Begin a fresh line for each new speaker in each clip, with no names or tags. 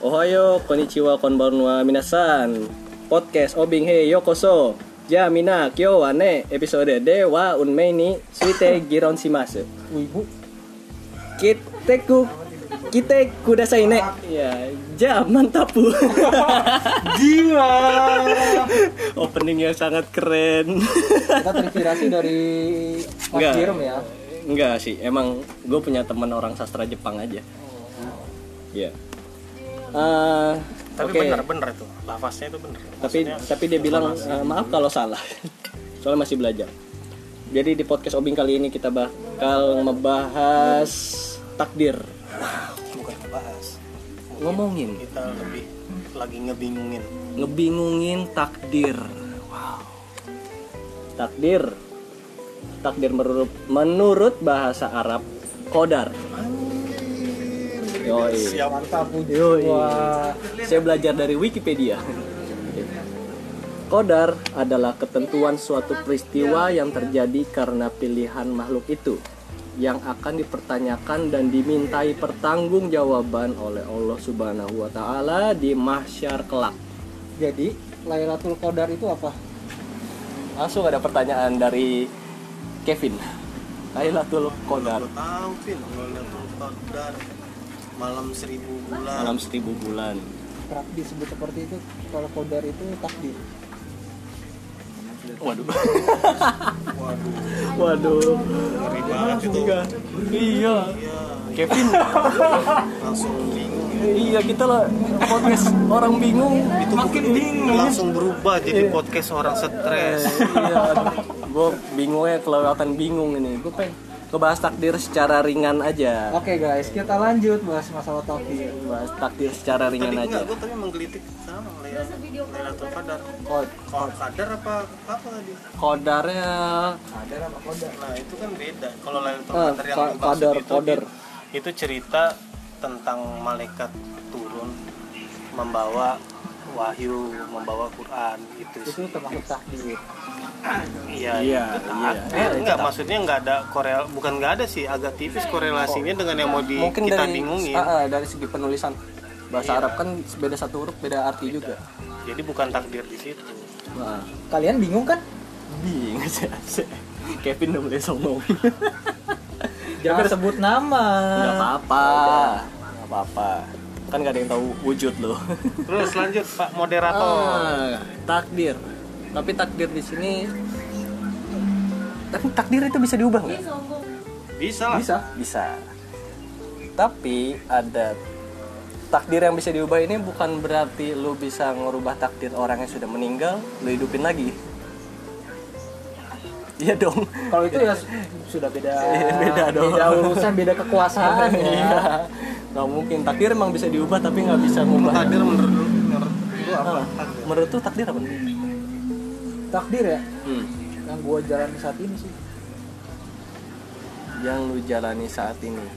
Ohayo, konnichiwa, konbanwa, minasan Podcast Obing He Yokoso Jamina Kyo Wane Episode Dewa Unmei ni Suite Giron Shimasu
Wibu.
Kiteku Kite kudasai ne Ya, ja mantapu
Jiwa.
Opening yang sangat keren
Kita terinspirasi dari Mas
Enggak.
Jerem ya.
Enggak sih, emang gue punya teman orang sastra Jepang aja Iya Eh,
Tapi
oke.
bener-bener itu, lafaznya itu bener.
tapi
Maksudnya,
tapi dia bilang "Eh, maaf kalau salah soalnya masih belajar jadi di podcast obing kali ini kita bakal ngebahas takdir
bukan ngebahas.
ngomongin
Kita lebih lagi ngebingungin.
ngebingungin takdir takdir takdir menurut menurut bahasa Arab kodar Yoi.
Siap.
Mantap Bu
Yoi.
Wah.
Saya belajar dari Wikipedia. Kodar adalah ketentuan suatu peristiwa yang terjadi karena pilihan makhluk itu yang akan dipertanyakan dan dimintai pertanggungjawaban oleh Allah Subhanahu wa taala di mahsyar kelak.
Jadi Lailatul Qadar itu apa?
Langsung ada pertanyaan dari Kevin. Lailatul Qadar,
Lo tahu Vin, Lailatul Qadar malam seribu bulan.
malam seribu bulan.
Kerap disebut seperti itu kalau Qadar itu takdir.
Waduh.
Waduh,
Waduh.
ngeri banget itu.
Iya.
Iya,
Kevin
langsung bingung. ya.
Iya kita lah podcast orang bingung itu makin bingung.
Langsung berubah jadi podcast orang stres.
iya, gue bingungnya kelewatan bingung ini. Gue pengen ngebahas takdir secara ringan aja.
Oke guys, kita lanjut bahas masalah takdir.
Bahas takdir secara
Tadi
ringan
enggak,
aja.
gue tadi menggelitik sama Lailatul Lailatul Qadar.
Kod.
Kalau Qadar apa apa tadi?
Kodarnya
Qadar apa Qadar?
Nah itu kan beda. Kalau Lailatul
Ah,
Qadar yang
ka-
lu maksud
kadar,
itu,
kadar.
itu cerita tentang malaikat turun membawa wahyu, membawa Quran
Itu
gitu.
termasuk takdir.
Iya,
Iya,
itu
iya.
taat. Eh, enggak, maksudnya enggak ada korel, bukan enggak ada sih, agak tipis korelasinya dengan yang mau di,
mungkin
kita
dari
bingungin.
ah, ah, dari segi penulisan bahasa Arab kan beda satu huruf beda arti juga.
Jadi bukan takdir di situ.
Wah,
Kalian bingung kan?
bingung sih. Kevin udah mulai sombong.
Jangan sebut nama.
Gak apa-apa. Gak apa-apa. Kan gak ada yang tahu wujud loh.
Terus lanjut Pak moderator.
Ah, takdir. Tapi takdir di sini tapi takdir itu bisa diubah nggak?
Bisa lah.
Bisa.
Bisa. Tapi ada takdir yang bisa diubah ini bukan berarti lu bisa ngerubah takdir orang yang sudah meninggal, lu hidupin lagi. Iya dong.
Kalau itu ya sudah beda.
Iya, beda dong.
Beda urusan, beda kekuasaan ya.
Iya. Nggak mungkin takdir emang bisa diubah tapi nggak bisa ngubah.
Takdir menurut lu menurut lu
Ah,
apa?
Menurut tuh takdir apa?
Takdir ya
Hmm.
yang gua jalani saat ini sih.
Yang lu jalani saat ini.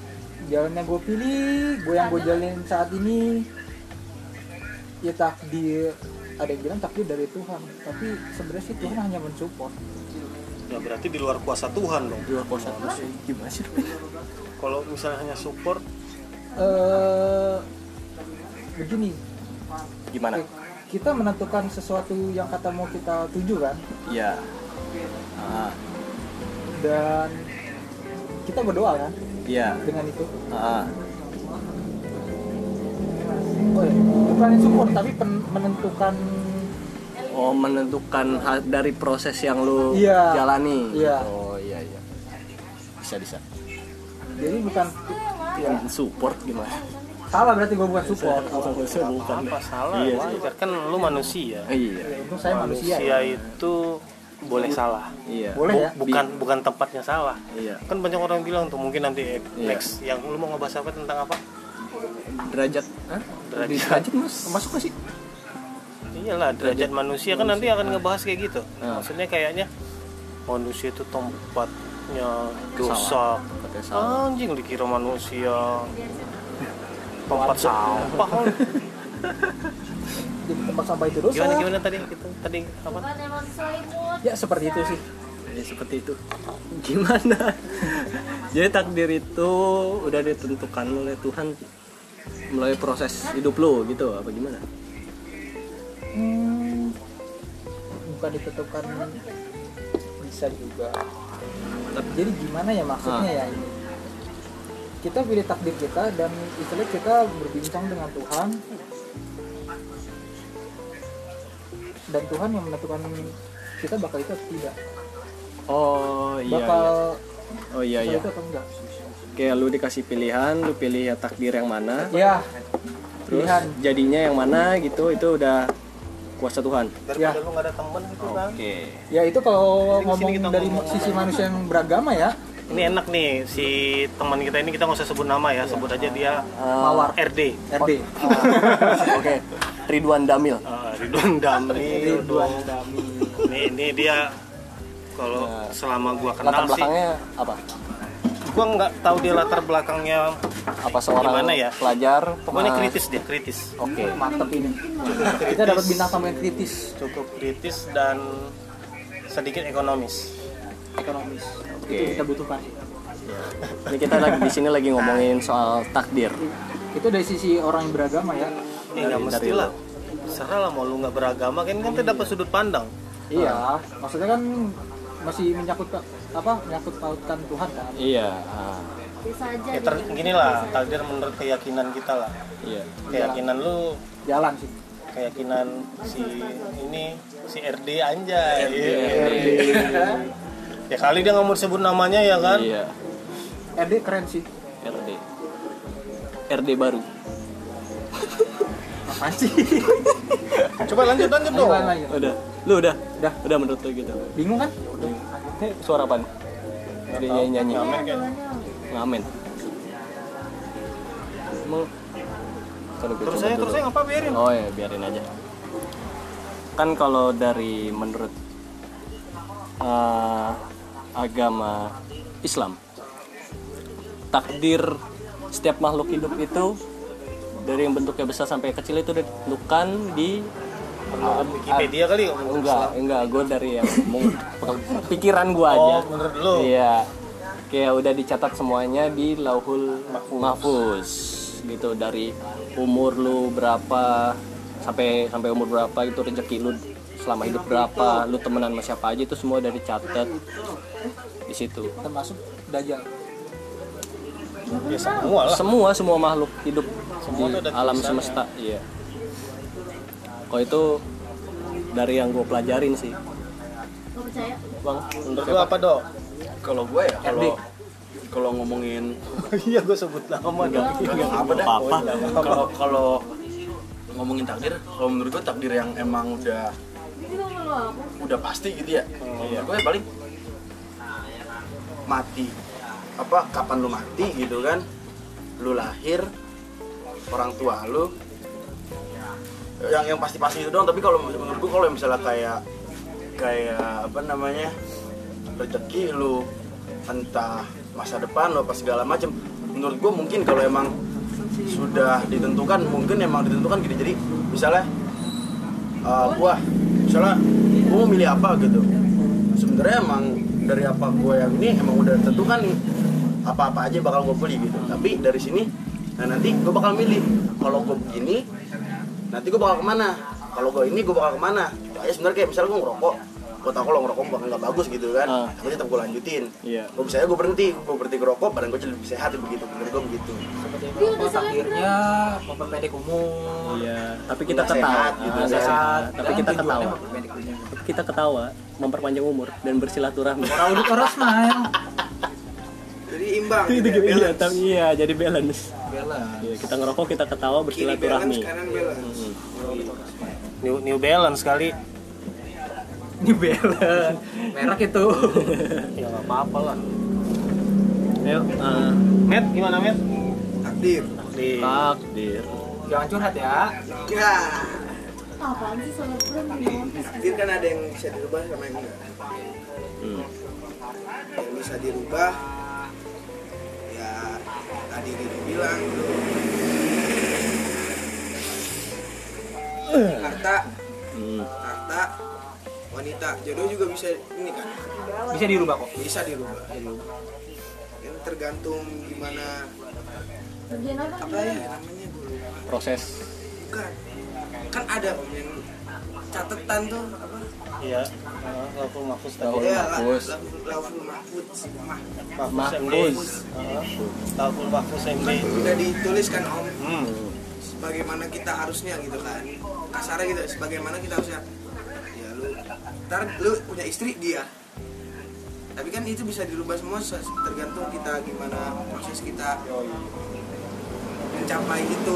jalan yang gue pilih gue yang gue jalanin saat ini ya takdir ada yang bilang takdir dari Tuhan tapi sebenarnya sih Tuhan hanya mensupport
Ya berarti di luar kuasa Tuhan dong.
Dua kosa gimana sih?
Kalau misalnya hanya support
eh begini
Gimana?
eh, kita menentukan sesuatu yang kata mau kita tuju kan
Iya. Ah,
dan kita berdoa kan
iya.
dengan itu
Ah,
oh, iya. bukan support tapi pen- menentukan
oh menentukan hal- dari proses yang lu
Iya.
jalani.
Iya.
Oh iya iya. Bisa bisa.
jadi bukan
Iya.
ya,
Support gimana?
salah berarti gue bukan support
Iya, Saya bukan.
apa salah
Iya
wajar kan lu manusia
Iya.
Ya, itu saya manusia
manusia
ya.
itu boleh salah
Iya.
boleh ya
Bu- bukan bukan tempatnya salah
Iya.
kan banyak orang bilang tuh mungkin nanti eh,
Iya.
next yang lu mau ngebahas apa tentang apa
Derajat. Hah?
Derajat.
Di derajat mas masuk gak sih?
iyalah derajat manusia kan nanti akan ngebahas kayak gitu
Nah.
maksudnya kayaknya manusia itu tempatnya dosa
Katanya salah.
anjing dikira manusia tempat sampah
jadi tempat sampah itu dosa
gimana gimana tadi itu tadi apa
ya seperti itu sih
Ya, seperti itu. Gimana? Jadi takdir itu udah ditentukan oleh Tuhan melalui proses hidup lo gitu apa gimana?
Hmm, bukan ditentukan bisa juga
Tapi-
jadi gimana ya maksudnya
Ah.
ya ini kita pilih takdir kita dan istilahnya kita berbincang dengan Tuhan dan Tuhan yang menentukan kita bakal itu atau tidak
Oh iya.
bakal
iya. Oh iya
bakal
iya.
itu atau enggak
Kayak lu dikasih pilihan, lu pilih ya takdir yang mana,
ya
terus
pilihan
jadinya yang mana gitu itu udah kuasa Tuhan.
daripada
Ya.
lu nggak ada temen gitu kan
ya itu kalau
Jadi
ngomong
kesini kita
dari
ngomong-
sisi manusia yang beragama ya
ini enak nih si teman kita ini kita nggak usah sebut nama ya sebut aja dia
mawar
RD
Eh,
RD
oh, Oke. Ridwan Damil.
Ah, Ridwan Damri Ridwan ini, ini dia kalau selama gua
Latar
kenal sih
belakangnya apa?
gua nggak tahu dia latar belakangnya
Apa seorang
Gimana ya?
pelajar?
pokoknya
Mas-
kritis dia kritis
Oke.
mantep ini kita dapat bintang tamu yang kritis
cukup kritis dan sedikit ekonomis
ekonomis
Oke.
itu kita butuhkan
Ini kita lagi di sini lagi ngomongin soal takdir.
itu dari sisi orang yang beragama ya
ini nggak
Dari-
mesti
dari
lah serah lah mau lu nggak beragama kan kan dapat sudut pandang
iya maksudnya kan masih menyangkut apa menyangkut pautkan Tuhan kan
Iya. ah,
bisa aja
ya ter- gini lah takdir menurut keyakinan kita lah
iya.
keyakinan lu
jalan sih
keyakinan si ini si RD anjay
RD.
ya kali dia nggak mau sebut namanya ya kan
Iya.
RD keren sih
RD. RD baru.
apaan sih
coba lanjut lanjut
Ayo,
Oh.
dong
lain lagi
Udah. Lu udah?
Udah.
Udah menurut lu gitu.
bingung kan
Ini suara apaan? Ada nyanyi nyanyi
Ngamen kan?
ngamen. Emang Kalau gue
terus
coba
saya terus
dulu.
saya ngapa biarin
Oh ya biarin aja. Kan kalau dari menurut eh, agama Islam, takdir setiap makhluk hidup itu dari yang bentuknya besar sampai kecil itu ditentukan di
menurut Wikipedia kali ya menurut
enggak enggak gue dari yang mung- pikiran gue aja.
oh menurut lu
Iya. Kayak udah dicatat semuanya di Lauhul Mahfuz gitu dari umur lu berapa sampai sampai umur berapa itu rezeki lu selama hidup berapa, lu temenan sama siapa aja itu semua udah dicatat di situ.
termasuk
Iya,
dajjal
ya semua lah
Semua semua makhluk hidup
Semua
di
tuh ada
alam
ya?
tulisannya.
semesta, iya. Kalau itu dari yang gue pelajarin sih.
Gak percaya
Bang,
menurut lu apa dok
Kalau gue ya, kalau kalau ngomongin
iya gue sebut nama dong
apa dah,
apa-apa.
kalau kalau ngomongin takdir, kalau menurut gue takdir yang emang udah
Ini mau lu aku
udah pasti gitu ya. Kalau menurut gue paling mati apa kapan lu mati gitu kan lu lahir orang tua lu yang yang pasti-pasti itu doang tapi kalau menurut gue kalau misalnya kayak kayak apa namanya rezeki lu entah masa depan lu apa segala macam menurut gue mungkin kalau emang sudah ditentukan mungkin emang ditentukan gitu jadi misalnya eh, gua misalnya gua mau milih apa gitu sebenarnya emang dari apa gue yang ini emang udah tentukan nih apa-apa aja bakal gue beli gitu tapi dari sini nah nanti gue bakal milih kalau gue begini nanti gue bakal kemana kalau gue ini gue bakal kemana itu aja sebenarnya kayak misalnya gue ngerokok gue tau kalau ngerokok bakal nggak bagus gitu kan
Ah.
tapi tetap gue lanjutin
Iya.
gue misalnya gue berhenti gue berhenti ngerokok badan gue jadi lebih sehat begitu menurut gue begitu
seperti
Dia udah
itu
selesai.
takdirnya memperpendek umur
Iya, tapi kita
Nggak
ketawa.
sehat gitu,
Ah,
Iya.
nggak
ya.
sehat. Tapi
Dan
kita
tujuannya
ketawa.
memperpendek umur.
Tapi kita ketawa, memperpanjang umur dan bersilaturahmi.
orang udah keras mah ya.
jadi imbang
itu gitu iya, tapi iya jadi balance
Bella
Iya, kita ngerokok kita ketawa bersilaturahmi
New, New Balance kali
ini Bella merek itu
ya nggak apa-apa lah
ayo ah,
Met eh, gimana Met
takdir
di
takdir
jangan curhat ya
ya
Apaan sih soal brand Ngomong
takdir kan ada yang bisa dirubah sama yang enggak
Hmm.
yang bisa dirubah ya tadi dia bilang gitu.
harta
Hmm.
harta wanita jodoh juga bisa ini kan
bisa dirubah kok
bisa dirubah
Iya.
kan tergantung gimana
Kerjaan apa
apa ya namanya dulu
proses
bukan kan ada om yang catatan tuh apa Ya,
Iya. Heeh, Laful mahfuz tadi.
Laful- Mahfuz.
laful mahfud mah
Mahfuz MD.
mahfuz
Heeh. Laful mahfuz MD.
kan udah dituliskan om
Hmm.
sebagaimana kita harusnya gitu kan kasarnya gitu sebagaimana kita harusnya ya lu ntar lu punya istri dia tapi kan itu bisa dirubah semua se- tergantung kita gimana proses kita mencapai itu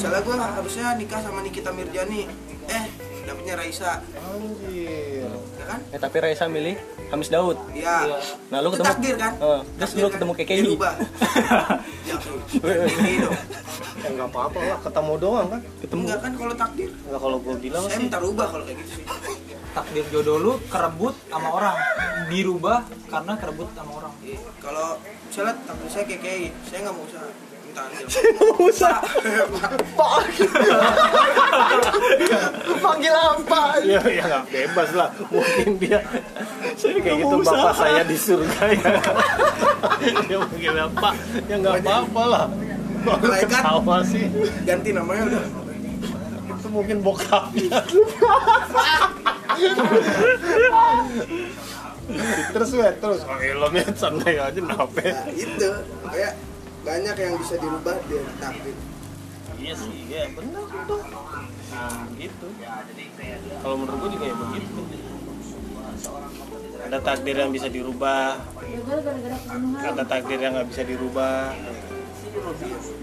misalnya gue harusnya nikah sama Nikita Mirjani eh dapetnya Raisa
Anjir.
ya kan
eh tapi Raisa milih Hamis Daud
ya
nah lu
Itu
ketemu
takdir kan
Eh, terus
Takdir
lu
kan?
ketemu KKI
dirubah ya bro KKI dong
Ya nggak apa-apa lah, ketemu doang kan.
ketemu
enggak kan kalau takdir
Enggak Nah, kalau gue
Oh,
bilang
saya
sih.
minta rubah kalau kayak gitu sih
takdir jodoh lu kerebut sama orang dirubah karena kerebut sama orang
Iya, kalau misalnya takdir saya kayak kayak saya nggak mau usaha minta aja
usah panggil apa
Iya, ya nggak bebas lah. Mungkin dia saya kayak gitu
Nggak mau
bapak
usaha.
saya di surga ya. dia mungkin apa? Ya nggak apa-apa lah. Baru
Malaikat.
ketawa sih.
ganti namanya udah
Eh. Itu mungkin bokapnya. terus weh, terus oh, ilmnya santai aja ya? nape
nah, itu makanya banyak yang bisa dirubah dari takdir
iya sih ya benar tuh nah gitu kalau menurut gue juga ya begitu ada takdir yang bisa dirubah
ya gue gara-gara kebunuhan
ada takdir yang nggak bisa dirubah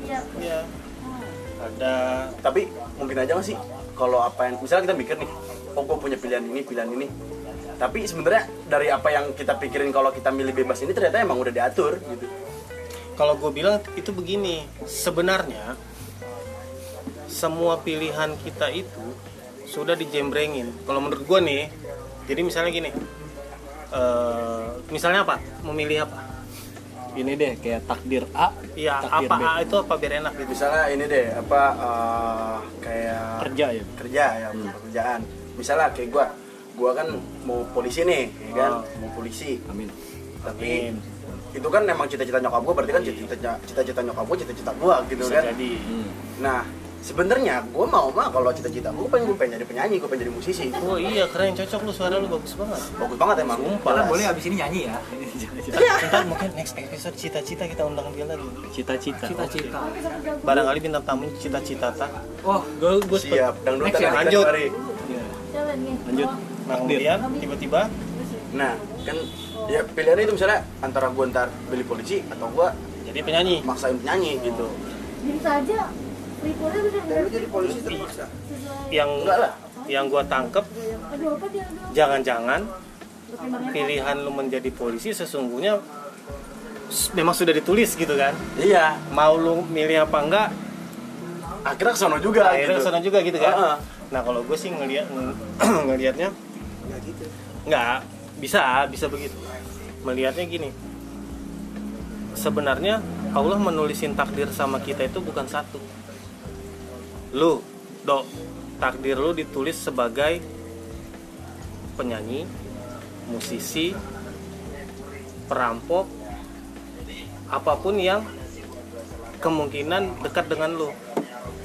iya
ya ada
tapi mungkin aja masih kalau apa yang misalnya kita mikir nih oh gue punya pilihan ini pilihan ini tapi sebenarnya dari apa yang kita pikirin kalau kita milih bebas ini ternyata emang udah diatur gitu
kalau gue bilang itu begini sebenarnya semua pilihan kita itu sudah dijembrengin kalau menurut gue nih jadi misalnya gini eh, misalnya apa memilih apa
ini deh kayak takdir A
Iya,
Takdir
apa
B.
A itu apa biar enak gitu.
misalnya ini deh apa eh, kayak
kerja ya
kerja ya
Hmm.
pekerjaan misalnya kayak gue gue kan mau polisi nih ya kan
Oh.
mau polisi
amin
tapi itu kan emang cita-cita nyokap gue berarti kan cita-cita cita-cita nyokap gue cita-cita gue gitu
Iya. Bisa
kan
jadi.
Iya. Hmm.
nah sebenarnya gue mau mah kalau cita-cita gue pengen gue pengen jadi penyanyi gue pengen jadi musisi
Oh iya, keren cocok lu suara lu bagus banget.
bagus banget emang
Kalian
Jelas.
boleh abis ini nyanyi ya
Ntar mungkin next episode cita-cita kita undang dia lagi.
cita-cita
cita-cita
Barangkali bintang tamu cita-cita tak.
oh
gue gue
siap dangdut
Next ya,
lanjut.
coba nih
Lanjut.
Nah, kemudian tiba-tiba
nah kan ya pilihannya itu misalnya antara gue ntar beli polisi atau gue
jadi penyanyi.
maksain penyanyi gitu
jadi saja Freeport-nya
dan
bener-bener
lu jadi polisi terpaksa
sesuai
Yang
enggak lah
yang gua tangkep
aduh apa dia aduh
jangan-jangan
pertimbangan
pilihan lu menjadi polisi sesungguhnya s- memang sudah ditulis gitu kan.
iya
Mau lu milih apa enggak,
akhirnya kesana juga
akhirnya
gitu.
kesana juga gitu kan.
Heeh.
Nah, kalau gue sih ngeliat ngelihatnya
nggak gitu
Nggak, bisa, bisa begitu. Melihatnya gini. Sebenarnya Allah menulisin takdir sama kita itu bukan satu. Lu, Dok, takdir lu ditulis sebagai penyanyi, musisi, perampok, apapun yang kemungkinan dekat dengan lu.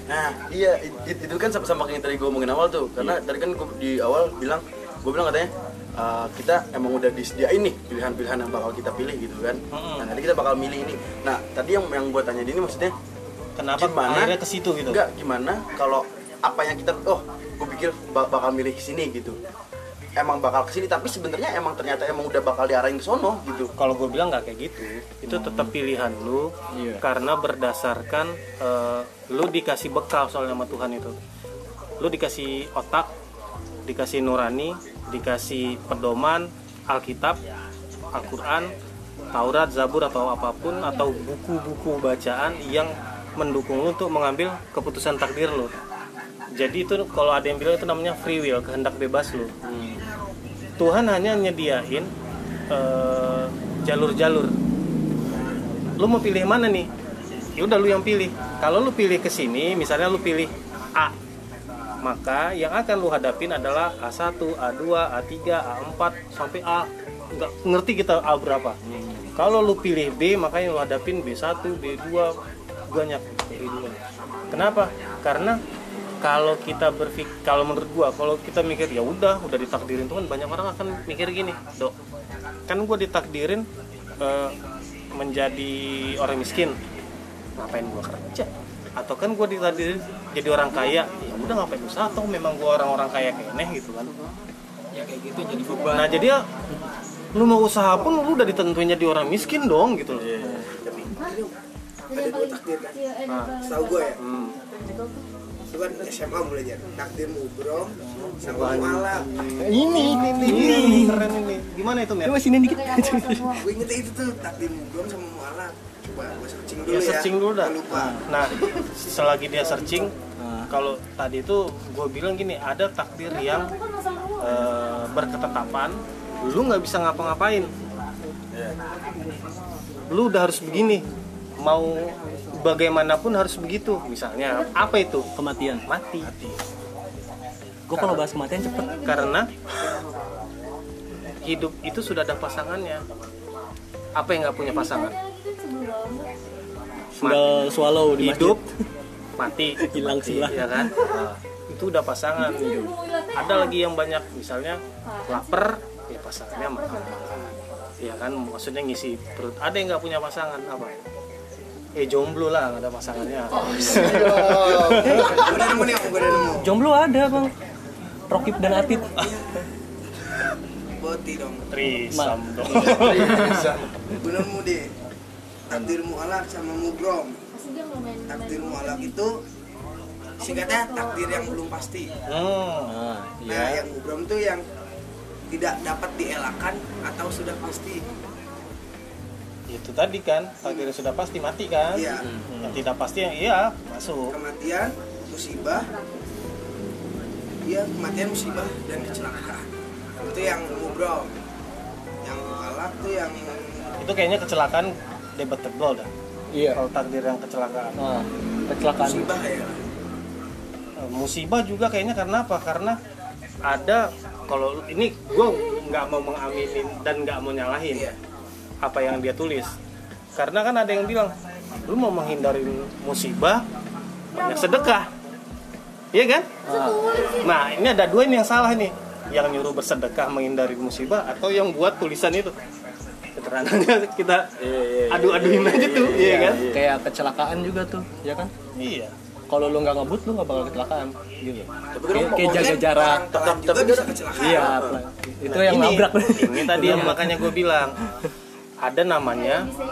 Nah, iya it- it- itu kan sama-sama kayak yang tadi gue omongin awal tuh. Karena tadi kan gua di awal bilang, gue bilang katanya "Eh, kita emang udah disediain nih pilihan-pilihan yang bakal kita pilih gitu kan. Nah, nanti kita bakal milih ini. Nah, tadi yang yang gue tanya ini maksudnya
Kenapa
Gimana?
akhirnya ke situ gitu?
enggak gimana kalau apa yang kita oh, gue pikir ba- bakal milih kesini gitu. Emang bakal kesini tapi sebenarnya emang ternyata emang udah bakal diarahin ke sono gitu.
kalau gue bilang nggak kayak gitu itu tetap pilihan lu
Iya.
karena berdasarkan eh, lu dikasih bekal soalnya sama Tuhan itu lu dikasih otak dikasih nurani dikasih pedoman Alkitab Al-Quran Taurat Zabur atau apapun atau buku-buku bacaan yang mendukung lu untuk mengambil keputusan takdir lu jadi itu kalau ada yang bilang itu namanya free will kehendak bebas lu Tuhan hanya nyediain eh, jalur-jalur. Lu mau pilih mana nih? Ya udah lu yang pilih. Kalau lu pilih ke sini, misalnya lu pilih A, maka yang akan lu hadapin adalah A1, A2, A3, A4 sampai A nggak ngerti kita A berapa. Kalau lu pilih B, maka yang lu hadapin B1, B2, B banyak dari dulu. Kenapa? Karena kalau kita berpikir, kalau menurut gua, kalau kita mikir ya udah, udah ditakdirin Tuhan, banyak orang akan mikir gini, dok. Kan gua ditakdirin eh, menjadi orang miskin, ngapain gua kerja? Atau kan gua ditakdirin jadi orang kaya, ya udah ngapain usaha? Atau memang gua orang-orang kaya kayak aneh gitu kan?
ya kayak gitu jadi beban
Nah jadi ya, lu mau usaha pun lu udah ditentuin jadi orang miskin dong gitu loh.
Iya.
tapi
Jadi yang paling iya, eh,
kan?
Ah,
setahu gue ya
Hmm.
itu kan SMA mulainya takdir mubrom sama mualaf
ini
Ini keren ini. Gimana itu, Mer?
Coba sini dikit
Iya.
gue inget itu tuh takdir mubrom sama mualaf coba gue searching dulu
Dia
ya
searching dulu dah.
Gua lupa
Nah, selagi dia searching, kalau tadi itu gue bilang gini, ada takdir yang
aku kan masang ruang.
Iya. eh, berketetapan, Iya. lu nggak bisa ngapa-ngapain. Lu udah harus begini, mau bagaimanapun harus begitu. Misalnya, apa itu?
kematian
Mati.
gue kalau bahas kematian cepet
Karena hidup itu sudah ada pasangannya. Apa yang nggak Iya. punya pasangan?
Ada lagi kan sebelum.
sendal swallow di masjid.
hidup mati
Hilang
Mati,
silah.
ya kan Nah, itu udah pasangan ada lagi yang banyak misalnya lapar ya pasangannya makan ya kan maksudnya ngisi perut ada yang nggak punya pasangan apa eh jomblo lah nggak ada pasangannya
gue udah nemu nih gue udah nemu
jomblo ada bang Rokib dan Atit
Nah, boti dong
trisam dong
gue nemu deh takdir mualaf sama mubrom
Pasti dia nggak main main.
takdir mualaf itu singkatnya takdir yang belum pasti
hmm.
nah,
Nah, yang mubrom tuh yang tidak dapat dielakkan atau sudah pasti.
itu tadi kan takdirnya sudah pasti mati kan
Iya,
yang tidak pasti yang iya masuk
kematian, musibah. Iya, kematian, musibah dan kecelakaan. Itu yang mubrom. Yang mualaf tuh yang
itu kayaknya kecelakaan debatable dah
iya
kalau takdir yang kecelakaan
nah kecelakaan
musibah ya.
Eh, musibah juga kayaknya karena apa karena ada kalau ini gue nggak mau mengaminin dan nggak mau nyalahin
Iya.
apa yang dia tulis karena kan ada yang bilang lu mau menghindari musibah banyak sedekah iya kan nah ini ada dua ini yang salah nih yang nyuruh bersedekah menghindari musibah atau yang buat tulisan itu keterangannya kita adu-aduin aja tuh iya kan
kayak kecelakaan juga tuh ya kan
iya
kalau lu nggak ngebut lu nggak bakal kecelakaan gitu kayak, kayak
Mungkin
jaga jarak
orang telan juga bisa kecelakaan.
iya itu yang
Nah, ini,
nabrak Iya,
ini tadi yang makanya gue bilang ada namanya
Bisa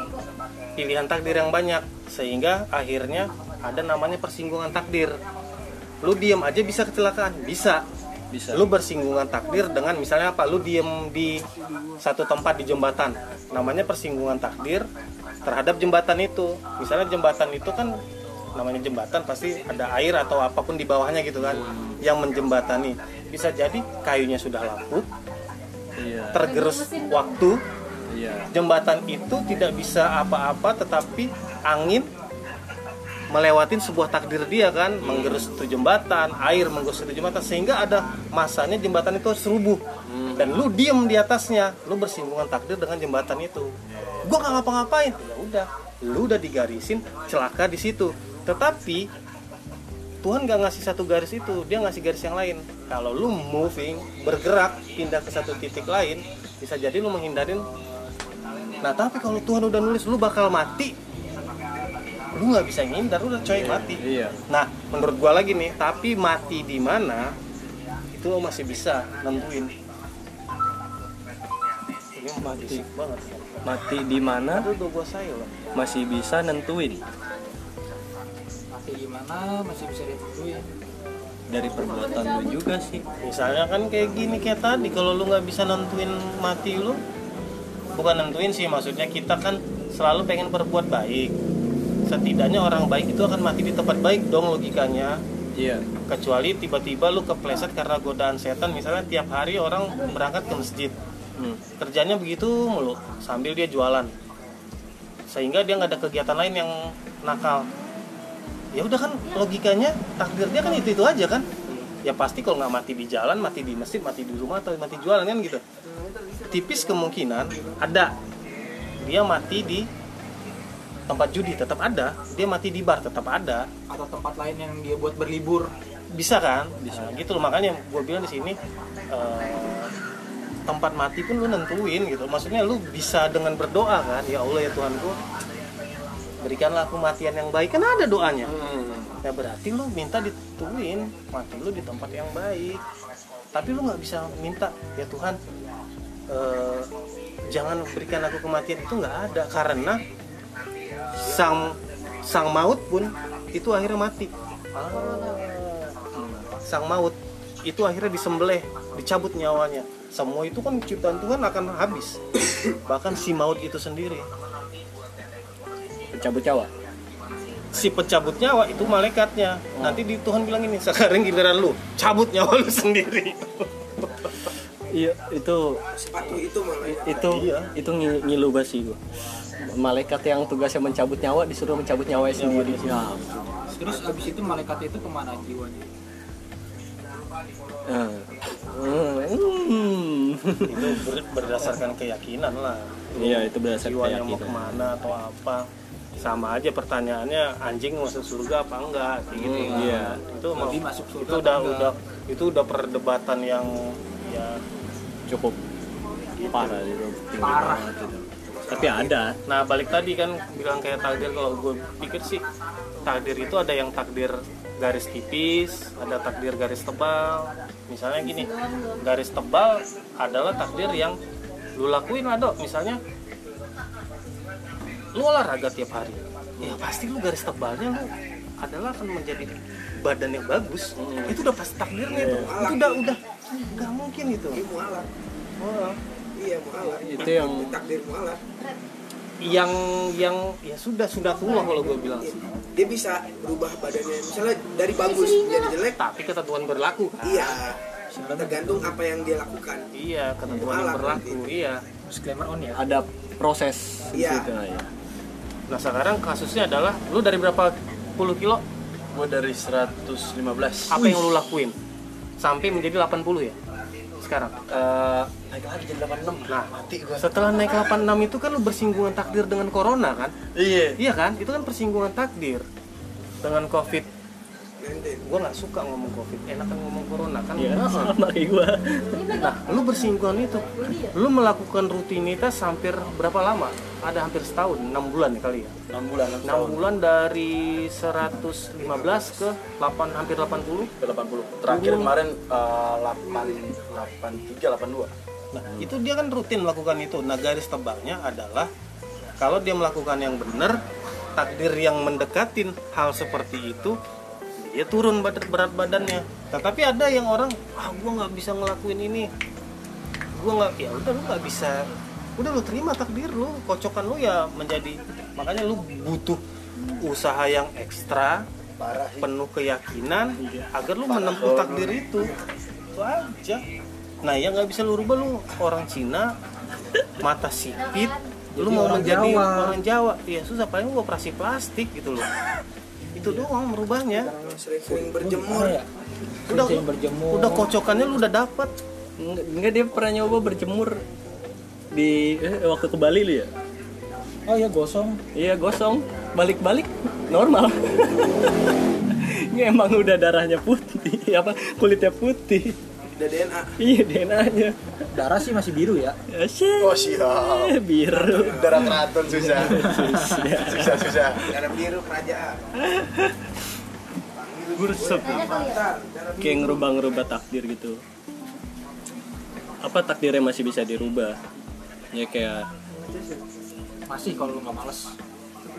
ikut.
pilihan takdir yang banyak sehingga akhirnya ada namanya persinggungan takdir lu diem aja bisa kecelakaan bisa
Bisa.
lu bersinggungan takdir dengan misalnya apa lu diem di satu tempat di jembatan namanya persinggungan takdir terhadap jembatan itu misalnya jembatan itu kan namanya jembatan pasti ada air atau apapun di bawahnya gitu kan yang menjembatani bisa jadi kayunya sudah lapuk
iya
tergerus waktu
iya
jembatan itu tidak bisa apa-apa tetapi angin melewatin sebuah takdir dia kan menggerus itu jembatan air menggerus itu jembatan sehingga ada masanya jembatan itu harus rubuh dan lu diem di atasnya lu bersinggungan takdir dengan jembatan itu gua nggak ngapa-ngapain ya udah lu udah digarisin celaka di situ tetapi Tuhan nggak ngasih satu garis itu, dia ngasih garis yang lain. Kalau lu moving, bergerak, pindah ke satu titik lain, bisa jadi lu menghindarin. Nah tapi kalau Tuhan udah nulis lu bakal mati, lu nggak bisa ngindar, udah coy mati.
iya.
Nah menurut gua lagi nih, tapi mati di mana itu lu masih bisa nentuin. Ini mati banget.
mati di mana
Aduh, udah gua sayo loh.
masih bisa nentuin
kayak gimana masih bisa ditentuin
dari perbuatan lu juga sih
Misalnya kan kayak gini kayak tadi kalau lu nggak bisa nentuin mati lu bukan nentuin sih maksudnya kita kan selalu pengen berbuat baik. Setidaknya orang baik itu akan mati di tempat baik dong logikanya.
iya
Kecuali tiba-tiba lu kepleset karena godaan setan misalnya tiap hari orang berangkat ke masjid.
Hmm.
Kerjanya begitu mulu sambil dia jualan. Sehingga dia nggak ada kegiatan lain yang nakal. Ya udah kan logikanya takdirnya kan itu-itu aja kan ya pasti kalau nggak mati di jalan mati di masjid mati di rumah atau mati jualan kan gitu tipis kemungkinan ada dia mati di tempat judi tetap ada dia mati di bar tetap ada
atau tempat lain yang dia buat berlibur
bisa kan Nah, gitu loh makanya gue bilang di sini eh, tempat mati pun lu nentuin gitu maksudnya lu bisa dengan berdoa kan ya Allah ya Tuhanku berikanlah kematian yang baik kan ada doanya ya berarti lu minta ditentuin mati lu di tempat yang baik tapi lu nggak bisa minta ya Tuhan eh, jangan berikan aku kematian itu nggak ada karena sang sang maut pun itu akhirnya mati sang maut itu akhirnya disembelih dicabut nyawanya semua itu kan ciptaan Tuhan akan habis bahkan si maut itu sendiri
Pencabut nyawa.
si pencabut nyawa itu malaikatnya nanti di Tuhan bilang ini sekarang giliran lu cabut nyawa lu sendiri
Iya, itu
sepatu itu malah ya.
itu
Iya.
itu ngi- ngilu basi gua. Malaikat yang tugasnya mencabut nyawa disuruh mencabut nyawa
Iya,
sendiri. Ya,
terus abis itu malaikat itu kemana jiwanya
Eh, hmm.
itu ber- berdasarkan keyakinan lah
Iya, itu berdasarkan
jiwanya mau
keyakinan.
kemana atau apa sama aja pertanyaannya anjing masuk surga apa enggak kayak gitu
Hmm,
kan.
iya.
itu mau
Babi masuk surga
itu
apa
udah
enggak?
udah itu udah perdebatan yang ya
Cukup parah itu. tinggi
Parah.
banget itu. Tapi ada.
nah balik tadi kan bilang kayak takdir kalau gue pikir sih takdir itu ada yang takdir garis tipis ada takdir garis tebal misalnya gini garis tebal adalah takdir yang lu lakuin ada misalnya lu olahraga tiap hari ya pasti lu garis tebalnya lu adalah akan menjadi badan yang bagus itu udah pasti takdirnya itu itu udah udah nggak mungkin itu
Ini mualaf.
Oh.
Iya mualaf.
Itu yang-
Ini takdir mualaf.
yang yang ya sudah sudah tua kalau gue bilang
Iya. Dia bisa berubah badannya. Misalnya dari bagus jadi jelek.
tapi ketentuan berlaku kan
Iya. Tergantung apa yang dia lakukan.
iya ketentuan yang berlaku
gitu.
iya
disclaimer on ya
Ada proses di
Iya.
situ, ya.
nah sekarang kasusnya adalah lu dari berapa puluh kilo
Gue dari 115.
apa yang lu lakuin sampai menjadi 80 ya sekarang
Eh, naik lagi jadi 86.
nah
Mati gue.
setelah naik 86 itu kan lu bersinggungan takdir dengan corona kan
Iya.
iya kan itu kan persinggungan takdir dengan covid
Nanti.
gue nggak suka ngomong covid enak kan ngomong corona kan
Iya,
Nah,
sama kayak gua.
Nah, lu bersinggungan itu, lu melakukan rutinitas hampir berapa lama? Ada hampir setahun, 6 bulan ya kali ya.
6 bulan.
6 bulan dari 115 ke 8 hampir 80.
Ke 80. Terakhir kemarin eh, 8 83 82.
Nah, itu dia kan rutin melakukan itu. Nah, garis tebalnya adalah kalau dia melakukan yang benar, takdir yang mendekatin hal seperti itu, dia turun badat- berat badannya. Tetapi ada yang orang, ah gua nggak bisa ngelakuin ini, gua nggak, ya udah lu nggak bisa, udah lu terima takdir lu, kocokan lu ya menjadi, makanya lu butuh usaha yang ekstra,
Parah sih.
penuh keyakinan agar lu menempuh takdir itu itu aja nah yang nggak bisa lu rubah lu orang Cina mata sipit lu mau
orang
menjadi
Jawa.
orang Jawa ya susah paling lu operasi plastik gitu loh itu doang merubahnya
Kalau Sering-sering berjemur.
udah
Sering berjemur.
udah kocokannya lu udah dapat
Enggak, enggak, dia pernah nyoba berjemur di eh, waktu ke Bali lu ya.
oh ya gosong
Iya gosong, balik-balik normal. Ini emang udah darahnya putih, apa kulitnya putih.
Udah DNA.
Iya DNA-nya.
darah sih masih biru ya
Asyik.
Oh siap.
biru.
Darah keraton susah. susah susah.
Darah biru kerajaan.
Bursep.
Ada kali ya?
Bentar, darah biru.
Kayak ngerubah-ngerubah takdir gitu. Apa takdirnya masih bisa dirubah? Ya kayak
masih kalau lu nggak males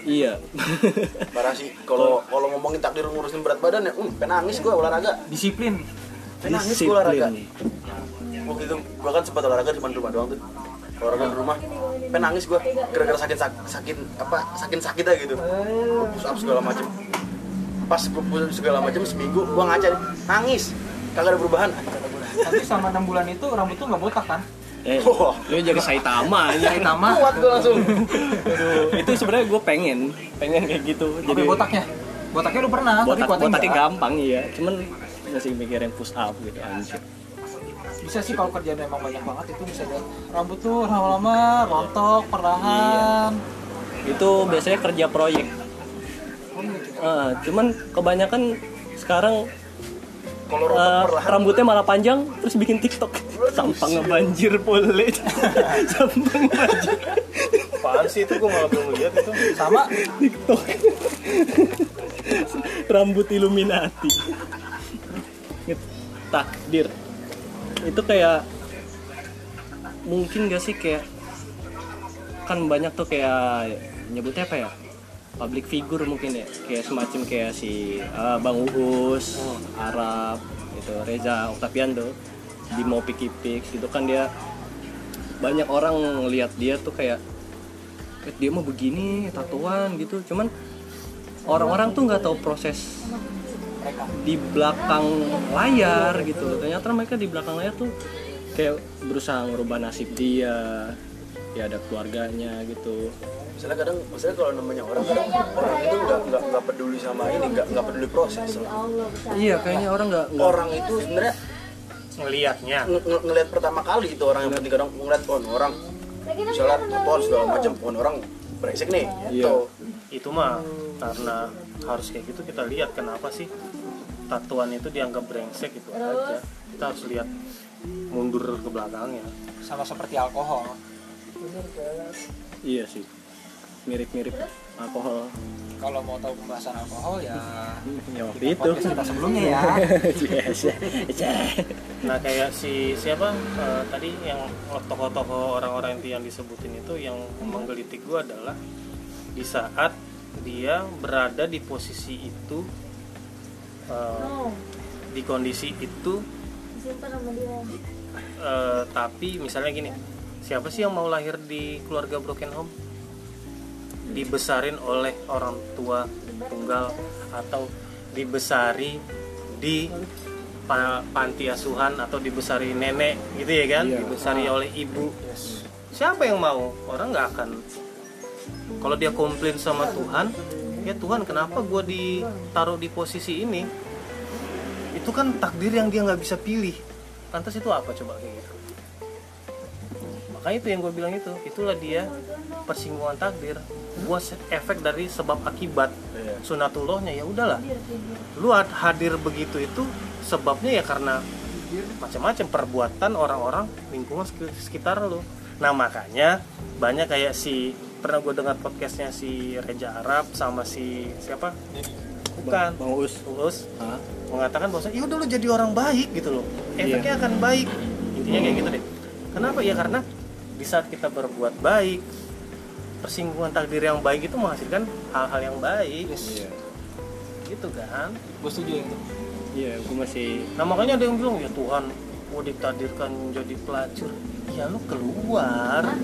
iya.
Parah sih. Kalau kalau ngomongin takdir ngurusin berat badan ya, um, penangis gue olahraga.
disiplin
Penangis gue olahraga.
Disiplin.
Waktu itu gue kan sempat olahraga cuma di rumah doang tuh. Olahraga di rumah, penangis gue. Gara-gara sakit sak- sakit apa sakit sakit aja gitu. Gua push up segala macem. Pas gue push up segala macem seminggu, gue ngaca nangis. Kagak ada perubahan.
tapi sama enam bulan itu rambut tuh nggak botak kan
Eh,
Wah.
lu jadi Saitama aja.
Saitama
Kuat gue langsung.
Aduh, itu sebenarnya gue pengen, pengen kayak gitu.
tapi botaknya botaknya lu pernah tapi
botak
kuatnya
botaknya
nggak.
gampang iya cuman masih mikirin push up gitu anjir
bisa sih kalau kerjaan memang banyak banget itu bisa ada rambut tuh lama-lama rontok perlahan
itu biasanya kerja proyek Eh, cuman kebanyakan sekarang
Kalau
eh,
rontok perlahan
rambutnya malah panjang terus bikin tiktok sampang banjir pole sampang banjir
Apaan sih itu gue malah belum lihat itu.
sama
tiktok rambut illuminati Nget- takdir itu kayak mungkin gak sih kayak kan banyak tuh kayak nyebutnya apa ya public figure mungkin ya kayak semacam kayak si eh, Bang Uus Arab itu Reza Octaviando di Mopi Kipik gitu kan dia banyak orang ngelihat dia tuh kayak "Eh, dia mah begini tatoan gitu cuman orang-orang tuh nggak tahu proses di belakang layar gitu loh. Ternyata mereka di belakang layar tuh kayak berusaha ngerubah nasib dia, ya ada keluarganya gitu.
misalnya kadang misalnya kalau namanya orang kadang orang itu nggak nggak nggak peduli sama ini nggak nggak peduli proses
Allah bisa
Iya, kayaknya orang nggak nggak-
orang itu sebenarnya
Ngeliatnya.
nge- nge- ngelihat pertama kali itu orang yang penting kadang ngelihat oh ini orang misalnya nonton segala macam oh ini orang brengsek nih Gitu. atau
itu mah karena harus kayak gitu kita lihat kenapa sih tatuan itu dianggap brengsek gitu aja kita harus lihat mundur ke belakangnya
sama seperti alkohol
Iya sih. Mirip-mirip alkohol
kalau mau tahu pembahasan alkohol ya
ya
Iya.
waktu itu.
podcast kita sebelumnya ya
Yes, yes.
nah kayak si siapa eh, tadi yang tokoh-tokoh orang-orang itu yang disebutin itu yang menggelitik gua adalah di saat dia berada di posisi itu eh,
No,
di kondisi itu
disimpan sama dia.
eh, tapi misalnya gini siapa sih yang mau lahir di keluarga broken home dibesarin oleh orang tua tunggal atau dibesari di pa- panti asuhan atau dibesari nenek gitu ya kan dibesari oleh ibu siapa yang mau orang nggak akan kalau dia komplain sama Tuhan ya Tuhan kenapa gue ditaruh di posisi ini itu kan takdir yang dia nggak bisa pilih lantas itu apa coba kayak gitu makanya itu yang gue bilang itu itulah dia persinggungan takdir gua se- efek dari sebab akibat sunatullahnya ya udahlah lu had- hadir begitu itu sebabnya ya karena macam-macam perbuatan orang-orang lingkungan sek- sekitar lu nah makanya banyak kayak si pernah gue dengar podcastnya si Reja Arab sama si siapa bukan
Bang Us.
Tulus
Hah?
mengatakan bahwa ya udah lu jadi orang baik gitu loh
Iya.
efeknya akan baik intinya kayak gitu deh kenapa ya karena di saat kita berbuat baik persinggungan takdir yang baik itu menghasilkan hal-hal yang baik
Iya.
gitu kan
gue setuju yang itu
Iya, gue masih
nah makanya ada yang bilang ya Tuhan gua ditakdirkan jadi pelacur ya lu keluar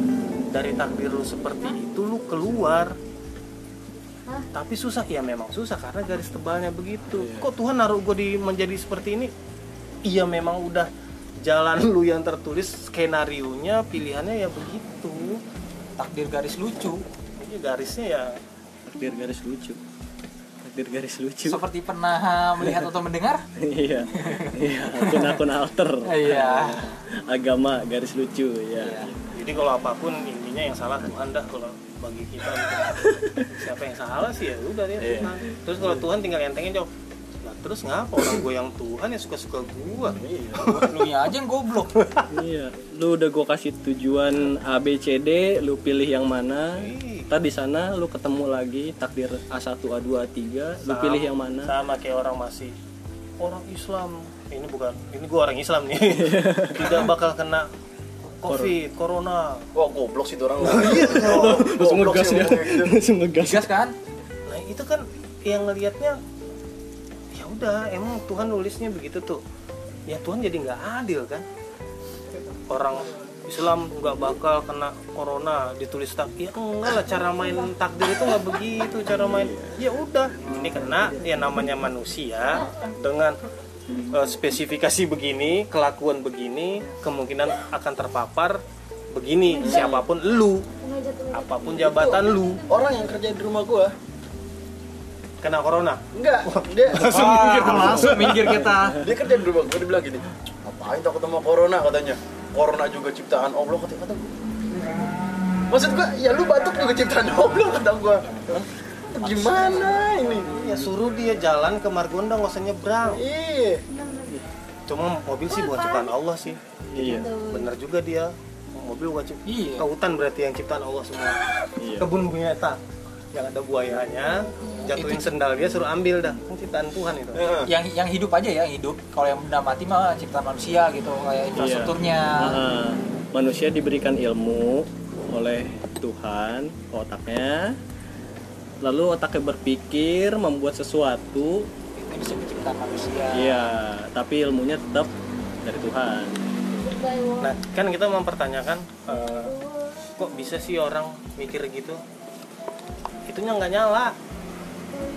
dari takdir lu seperti itu lu keluar
Hah?
tapi susah ya memang susah karena garis tebalnya begitu kok Tuhan naruh gue di menjadi seperti ini iya memang udah jalan lu yang tertulis skenario nya pilihannya ya begitu
takdir garis lucu
ini garisnya ya
takdir garis lucu. Takdir garis lucu.
seperti pernah melihat atau mendengar
Iya. Iya, akun-akun alter.
iya
Agama garis lucu, ya.
Iya.
jadi kalau apapun intinya yang salah Tuhan dah kalau bagi kita gitu. siapa yang salah sih ya udah ya Tuhan terus kalau Tuhan tinggal entengin jawab "Lah, terus ngapa orang gue yang Tuhan ya suka suka gua
lu nya aja yang goblok
Iya, lu udah gue kasih tujuan A B C D, lu pilih yang mana. Tadi di sana lu ketemu lagi takdir A1, A2, A3, lu
Sama-
pilih yang mana?
sama kayak orang masih orang Islam ini bukan ini gue orang Islam nih tidak bakal kena covid corona
wah goblok sih itu orang Wah,
Langsung
goblok
ngegas
sih
dia.
ngomongnya gitu.
Langsung ngegas.
gas kan
nah itu kan yang ngelihatnya ya udah emang Tuhan nulisnya begitu tuh ya Tuhan jadi nggak adil kan orang Islam nggak bakal kena corona ditulis tak ya enggak lah cara main takdir itu nggak begitu cara main ya udah ini kena ya namanya manusia dengan eh, spesifikasi begini kelakuan begini kemungkinan akan terpapar begini siapapun lu apapun jabatan lu
orang yang kerja di rumah gua
kena corona
enggak dia ah,
langsung minggir langsung minggir kita
dia kerja di rumah gua dia bilang gini ngapain takut sama corona katanya corona juga ciptaan allah kata kata gua
maksud gua ya lu batuk juga ciptaan Allah kata gua gimana ini
ya suruh dia jalan ke Margonda nggak usah nyebrang
iya
cuma mobil sih bukan ciptaan Allah sih
Iya.
bener juga dia mobil bukan ciptaan
Iya.
ke hutan berarti yang ciptaan Allah semua
Iya.
kebun bunga eta yang ada buayanya jatuhin sendal dia suruh ambil dah Kan ciptaan Tuhan itu
Iya.
yang yang hidup aja ya yang hidup kalau yang benda mati mah ciptaan manusia gitu kayak infrastrukturnya
Heeh. Nah, manusia diberikan ilmu oleh Tuhan otaknya lalu otaknya berpikir membuat sesuatu
itu bisa diciptakan manusia
iya tapi ilmunya tetap dari Tuhan
nah kan kita mempertanyakan eh, kok bisa sih orang mikir gitu itunya nggak nyala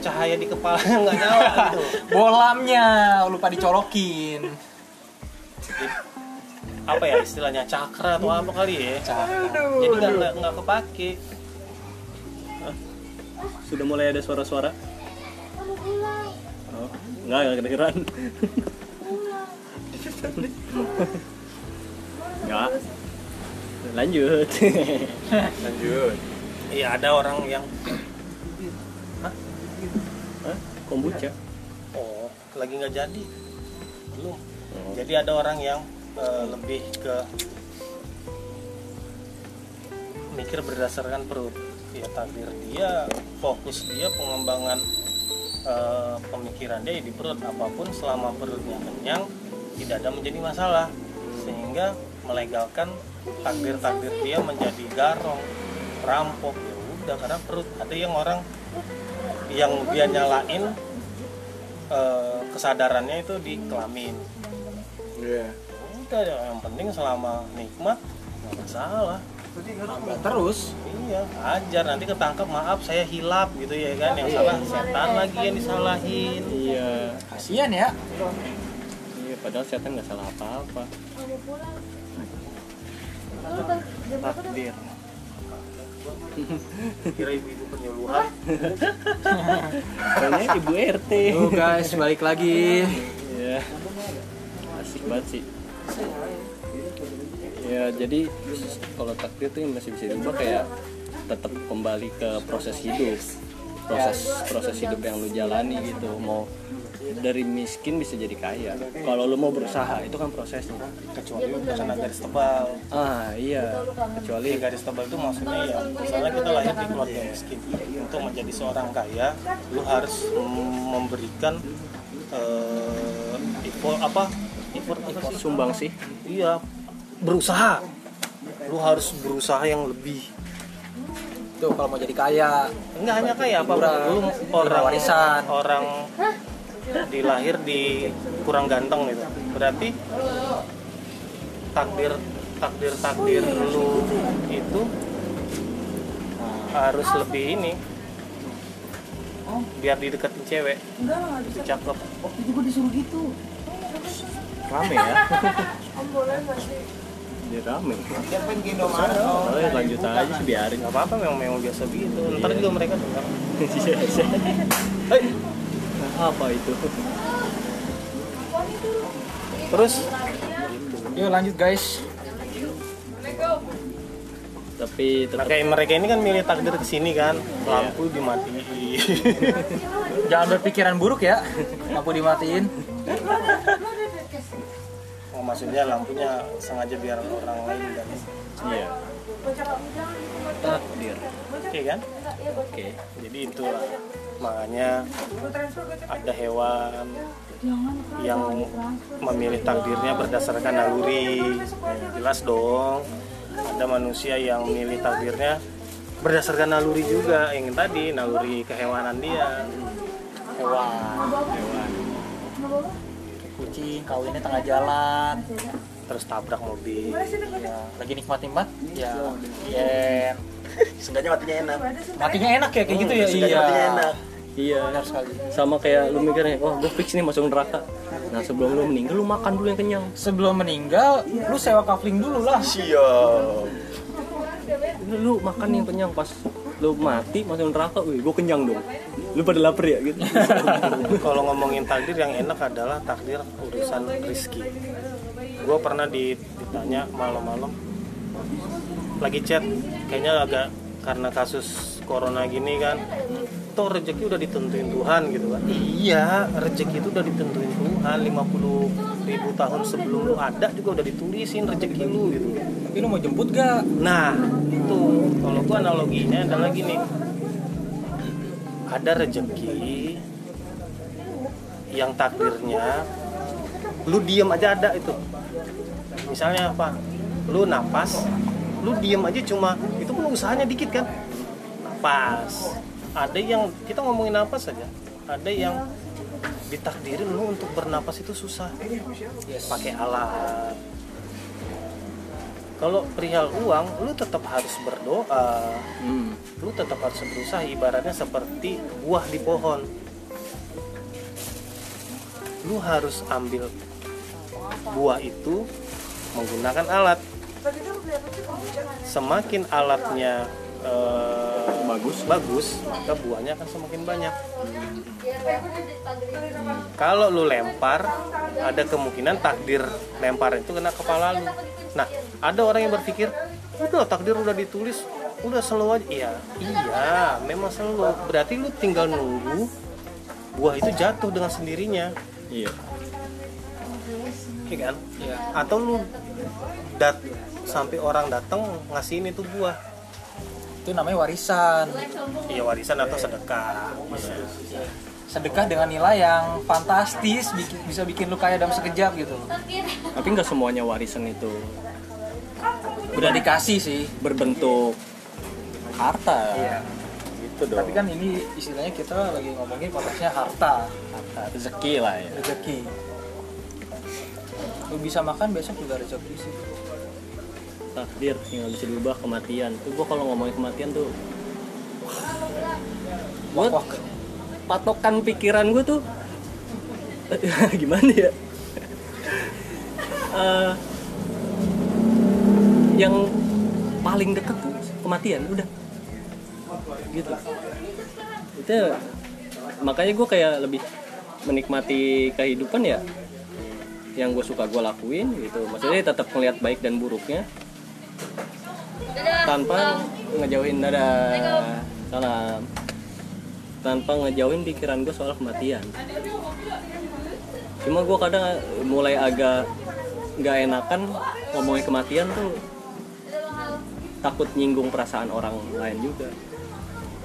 cahaya di kepalanya nggak nyala gitu
bolamnya lupa dicolokin
apa ya istilahnya cakra atau apa kali ya jadi nggak nggak nggak kepake
sudah mulai ada suara-suara oh, nggak nggak kedengeran nggak lanjut
lanjut
iya ada orang yang
Hah? kombucha
oh lagi nggak jadi belum
Oh.
jadi ada orang yang eh, lebih ke mikir berdasarkan perut ya takdir dia fokus dia pengembangan eh, pemikiran dia di perut apapun selama perutnya kenyang tidak ada menjadi masalah sehingga melegalkan takdir-takdir dia menjadi garong rampok ya udah karena perut ada yang orang yang dia nyalain eh, kesadarannya itu di kelamin
Iya.
udah yang penting selama nikmat nggak masalah
Nambah terus
iya ajar nanti ketangkap maaf saya hilap gitu ya kan yang salah setan lagi yang disalahin
iya
kasihan ya
iya padahal setan nggak salah apa-apa
Nah. takdir kira ibu-ibu penyuluhan
soalnya ibu RT
tuh guys balik lagi
Iya. Asik banget sih. Ya, jadi kalau takdir tuh masih bisa diubah kayak tetap kembali ke proses hidup. Proses proses hidup yang lu jalani gitu. Mau dari miskin bisa jadi kaya. Kalau lu mau berusaha itu kan prosesnya.
kecuali lu terkena garis tebal
Ah, iya.
Jadi
Kecuali
garis tebal itu maksudnya ya misalnya kita lahir di keluarga miskin untuk menjadi seorang kaya lu harus mm, memberikan eh effort apa effort effort
sumbang sih.
Iya, berusaha. Lu harus berusaha yang lebih.
tuh kalau mau jadi kaya
Enggak hanya kayak apa lu orang
Orang warisan.
orang dilahir di kurang ganteng gitu. Berarti takdir takdir takdir lu itu harus lebih ini biar dideketin cewek itu cakep
Oh, Rame ya. Dia rame. Oh, ya, lanjut aja sih biarin.
nggak apa-apa memang memang biasa gitu ntar juga mereka dengar Eh,
Iya, iya. Hei. Apa itu?
terus
yuk lanjut guys
tapi
Nah,
tetap
kayak mereka ini kan milih takdir ke sini kan, lampu dimatiin.
jangan berpikiran buruk ya lampu dimatiin
Oh, maksudnya lampunya sengaja biar orang lain kan.
iya takdir
Oke kan?
oke
Jadi itulah makanya ada hewan yang memilih takdirnya berdasarkan naluri. Ya, jelas dong. Ada manusia yang milih takdirnya berdasarkan naluri juga yang tadi naluri kehewanan dia.
hewan kucing kawinnya tengah jalan
Terus tabrak mobil.
ya, lagi nikmat nikmat ya yeah.
seenggaknya matinya enak
matinya enak ya kayak gitu ya iya gitu.
matinya enak
iya
benar sekali
sama kayak lu mikirnya wah gue fix nih masuk neraka nah sebelum lu meninggal lu makan dulu yang kenyang
sebelum meninggal lu sewa kafling dulu lah
siap
lu, lu makan yang kenyang pas lu mati masuk neraka wih gue kenyang dong lu pada lapar ya gitu
kalau ngomongin takdir yang enak adalah takdir urusan rizki gue pernah di- ditanya malam-malam lagi chat kayaknya agak karena kasus corona gini kan toh rezeki udah ditentuin Tuhan gitu kan iya rezeki itu udah ditentuin Tuhan 50 ribu tahun sebelum lu ada juga udah ditulisin rezeki lu gitu
Tapi lu mau jemput gak?
Nah, itu kalau gua analoginya adalah gini. Ada rezeki yang takdirnya lu diem aja ada itu. Misalnya apa? Lu napas, lu diem aja cuma itu pun usahanya dikit kan? Napas. Ada yang kita ngomongin napas saja. Ada yang ditakdirin lu untuk bernapas itu susah. Pakai alat, kalau perihal uang lu tetap harus berdoa lu tetap harus berusaha ibaratnya seperti buah di pohon lu harus ambil buah itu menggunakan alat semakin alatnya eh,
Bagus.
bagus maka buahnya akan semakin banyak kalau lu lempar ada kemungkinan takdir lempar itu kena kepala lu nah ada orang yang berpikir udah takdir udah ditulis udah selalu aja iya iya memang selalu berarti lu tinggal nunggu buah itu jatuh dengan sendirinya
Iya.
Iya kan? Atau lu dat sampai orang datang ngasihin itu buah.
Itu namanya warisan
Iya warisan atau sedekah.
Sedekah dengan nilai yang fantastis bikin- Bisa bikin lu kaya dalam sekejap gitu
Tapi nggak semuanya warisan itu
Udah dikasih sih
berbentuk harta. Gitu dong.
Tapi kan ini istilahnya kita lagi ngomongin konteksnya harta
harta rezeki lah ya.
Rezeki Lu bisa makan besok juga rezeki sih
Takdir yang nggak bisa diubah kematian. Tuh gua kalau ngomongin kematian tuh Gua
Wah,
patokan pikiran gue tuh gimana ya Eh, yang paling deket tuh kematian udah gitu itu makanya gue kayak lebih menikmati kehidupan ya yang gue suka gue lakuin gitu maksudnya tetap melihat baik dan buruknya tanpa ngejauhin dadah salam tanpa ngejauhin pikiran gue soal kematian cuma gue kadang mulai agak nggak enakan ngomongin kematian tuh takut nyinggung perasaan orang lain juga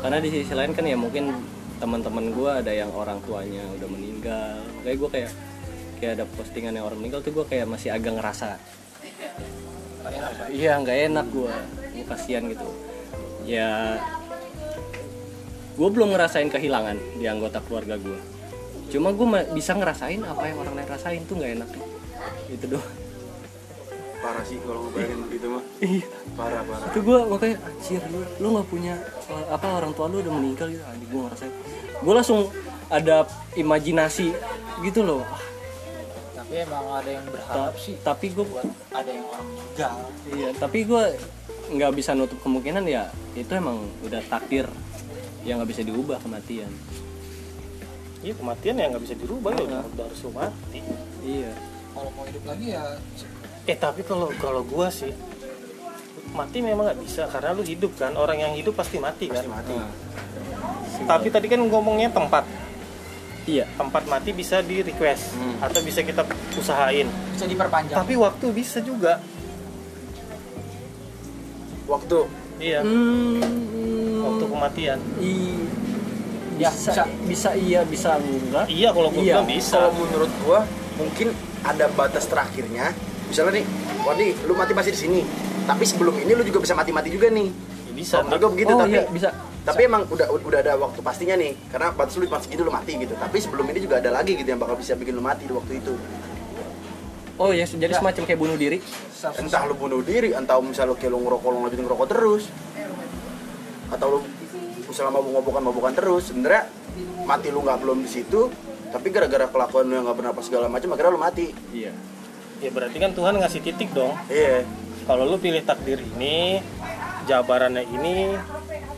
karena di sisi lain kan ya mungkin teman-teman gue ada yang orang tuanya udah meninggal kayak gue kayak kayak ada postingan yang orang meninggal tuh gue kayak masih agak ngerasa iya nggak enak gue kasihan gitu ya gue belum ngerasain kehilangan di anggota keluarga gue cuma gue bisa ngerasain apa yang orang lain rasain tuh nggak enak itu doang
parah sih kalau ngebayangin begitu mah
iya
parah parah
itu gue makanya anjir lu lu nggak punya apa orang tua lu udah meninggal gitu anjir gue ngerasain gue langsung ada imajinasi gitu loh Ah,
Tapi emang ada yang berharap
ta-
sih
tapi gue
buat ada yang orang meninggal
iya tapi gue nggak bisa nutup kemungkinan ya itu emang udah takdir yang nggak bisa diubah kematian
Iya kematian ya nggak bisa dirubah ya udah, udah harus lu mati.
iya
Kalau mau hidup lagi ya
Eh tapi kalau kalau gua sih mati memang nggak bisa karena lu hidup kan orang yang hidup pasti mati kan.
mati
Tapi tadi kan ngomongnya tempat
iya
tempat mati bisa di request atau bisa kita usahain.
bisa diperpanjang
Tapi waktu bisa juga.
waktu
Iya. Waktu kematian.
I-
Ya,
bisa,
bisa.
bisa iya bisa enggak
Iya kalau gua
Iya.
bilang bisa.
kalau menurut gua mungkin ada batas terakhirnya misalnya nih Wadi lu mati masih di sini tapi sebelum ini lu juga bisa mati-mati juga nih
Ya, bisa.
Kalau menurut gua begitu
oh
tapi
iya bisa
tapi emang udah udah ada waktu pastinya nih karena batas lu pas gitu lu mati gitu tapi sebelum ini juga ada lagi gitu yang bakal bisa bikin lu mati di waktu itu
oh ya jadi semacam kayak bunuh diri
Iya.
entah lu bunuh diri entah misalnya lu kayak lu ngerokok lu lanjutin ngerokok terus atau lu misalnya mabuk-mabukan mabukan terus sebenarnya mati lu nggak belum di situ tapi gara-gara kelakuan lu yang nggak benar apa segala macam akhirnya lu mati
iya
Ya berarti kan Tuhan ngasih titik dong.
iya
Kalau lu pilih takdir ini, jabarannya ini,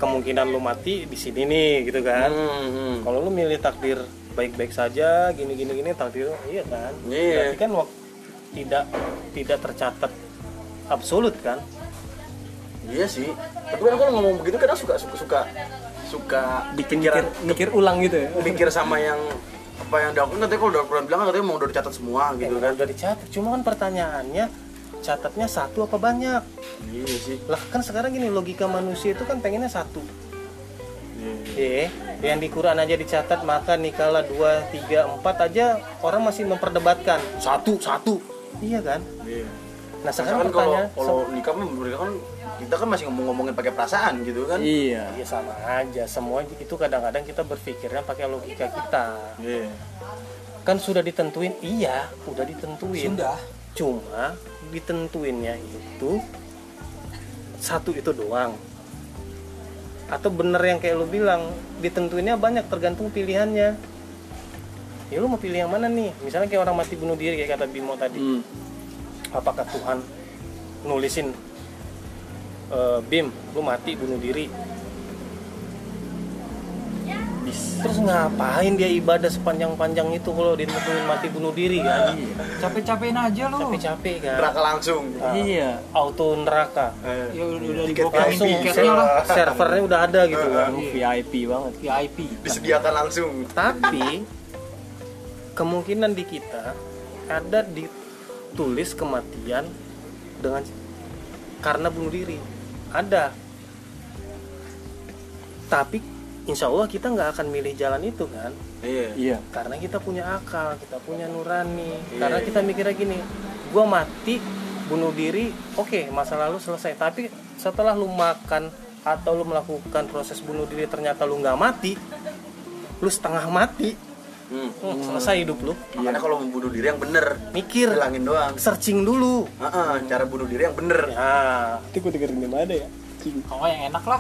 kemungkinan lu mati di sini nih gitu kan.
Hmm,
Kalau lu milih takdir baik-baik saja, gini gini gini takdir iya kan.
Iya.
Berarti kan waktu tidak tidak tercatat absolut kan.
Iya sih. Tapi kan kalau ngomong begitu kadang suka suka suka suka
bikin mikir,
pikiran
mikir ulang gitu ya
mikir sama yang apa yang dakwaan nanti kalau dakwaan bilang kan katanya mau udah dicatat semua gitu kan.
udah dicatat cuma kan pertanyaannya catatnya satu apa banyak
Iya sih.
lah kan sekarang gini logika manusia itu kan pengennya satu Eh,
Iya.
yang di Quran aja dicatat maka nikahlah dua tiga empat aja orang masih memperdebatkan satu satu iya kan
Iya.
nah
Sekarang
sekarang
kan kalau
pertanyaan
kalau nikah mah mereka kan kita kan masih ngomong-ngomongin pakai perasaan gitu kan.
iya
ya sama aja semua itu kadang-kadang kita berpikirnya pakai logika kita
Iya.
kan sudah ditentuin iya udah ditentuin
Sudah.
cuma ditentuinnya itu satu itu doang atau bener yang kayak lu bilang ditentuinnya banyak tergantung pilihannya ya lu mau pilih yang mana nih misalnya kayak orang mati bunuh diri kayak kata Bimo tadi
Hmm.
apakah Tuhan nulisin "Eh, Bim lu mati bunuh diri Bis- terus ngapain dia ibadah sepanjang-panjang itu kalau ditentuin mati bunuh diri kan
Capek-capekin aja lu.
capek-capek kan
Neraka langsung.
Nah,
iya
auto neraka
Eh,
Ya udah udah
Tiket
dibokain
langsung.
tiketnya lah.
servernya udah ada gitu kan
VIP banget
VIP.
disediakan langsung.
tapi kemungkinan di kita ada ditulis kematian dengan karena bunuh diri ada tapi insya Allah kita nggak akan milih jalan itu kan
Iya.
iya
karena kita punya akal kita punya nurani
Iya,
karena
iya.
kita mikirnya gini gua mati bunuh diri oke masa lalu selesai tapi setelah lu makan atau lu melakukan proses bunuh diri ternyata lu nggak mati lu setengah mati
Hmm.
Hmm, selesai hidup lu
Makanya kalau membunuh diri yang bener,
mikir
hilangin doang.
searching dulu
Heeh, cara bunuh diri yang bener.
ya
Ah.
itu gue dengerin di mana ya
Oh yang enak lah.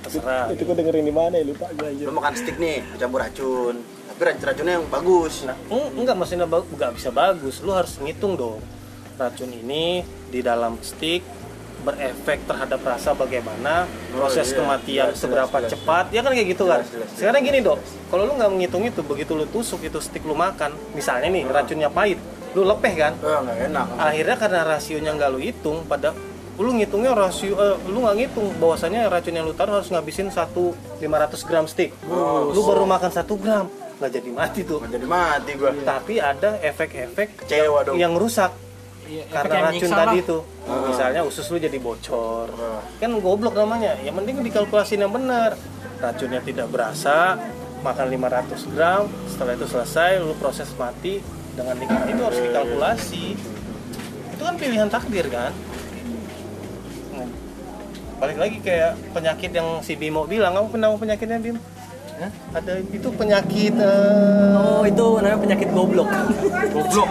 terserah
gue dengerin di mana ya lupa gue aja
Lu makan stick nih, dicampur racun. Tapi racun racunnya yang bagus.
Nah, eng- enggak maksudnya ba- enggak bisa bagus. Lu harus ngitung dong. Racun ini di dalam stick berefek terhadap rasa bagaimana
Oh,
proses
iya.
kematian
Jelas,
seberapa
jelas, jelas,
cepat ya kan kayak gitu kan
Jelas, jelas, jelas.
sekarang gini dok kalau lu nggak menghitung itu begitu lu tusuk itu stick lu makan misalnya
Hmm.
nih racunnya pahit lu lepeh kan
Eh, nggak enak.
akhirnya karena rasionya nggak lu hitung pada lu ngitungnya rasio eh, lu nggak ngitung bahwasannya racun yang lu taruh harus ngabisin satu 500 gram stick lu baru makan satu gram nggak jadi mati tuh
Nggak jadi mati gua.
tapi ada efek-efek
Kecewa dong.
yang rusak
Iya, efek yang
karena racun
nyiksa
tadi
lah.
itu misalnya usus lu jadi bocor
Ah.
kan goblok namanya ya mending dikalkulasi yang benar racunnya tidak berasa makan 500 gram setelah itu selesai lu proses mati dengan nikmat itu harus dikalkulasi itu kan pilihan takdir kan Nah, balik lagi kayak penyakit yang si Bimo bilang kamu kenapa penyakitnya Bim ada itu penyakit eh,
oh itu namanya penyakit goblok
Goblok.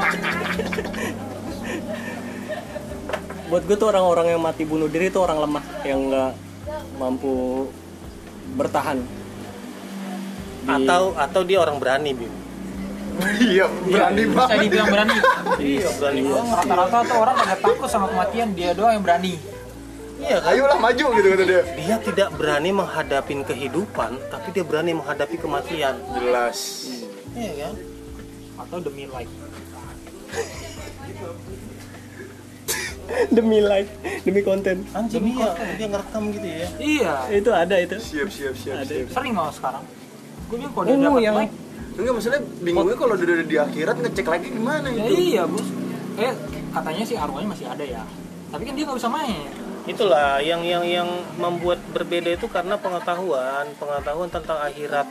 buat gue tuh orang-orang yang mati bunuh diri tuh orang lemah yang nggak mampu bertahan Di-
atau atau dia orang berani Bim
Iya, berani
Bisa
banget.
dibilang berani.
iya berani
Orang Rata-rata tuh orang pada takut sama kematian dia doang yang berani.
iya kan
Ayolah maju gitu kata dia.
dia tidak berani menghadapi kehidupan tapi dia berani menghadapi kematian
Jelas.
iya kan
Atau demi like.
demi like demi konten
anjing iya dia ngerekam gitu ya
Iya.
itu ada itu
Siap, siap, siap,
Ada.
siap.
Sering malah sekarang. Gue bilang kalau dia
ungu
dapat
yang
like.
Enggak masalah bingungnya kalau udah udah di akhirat ngecek lagi gimana
Ya
gitu.
iya bos. Eh katanya sih arwahnya masih ada ya. Tapi kan dia nggak bisa main.
itulah yang yang yang membuat berbeda itu karena pengetahuan pengetahuan tentang akhirat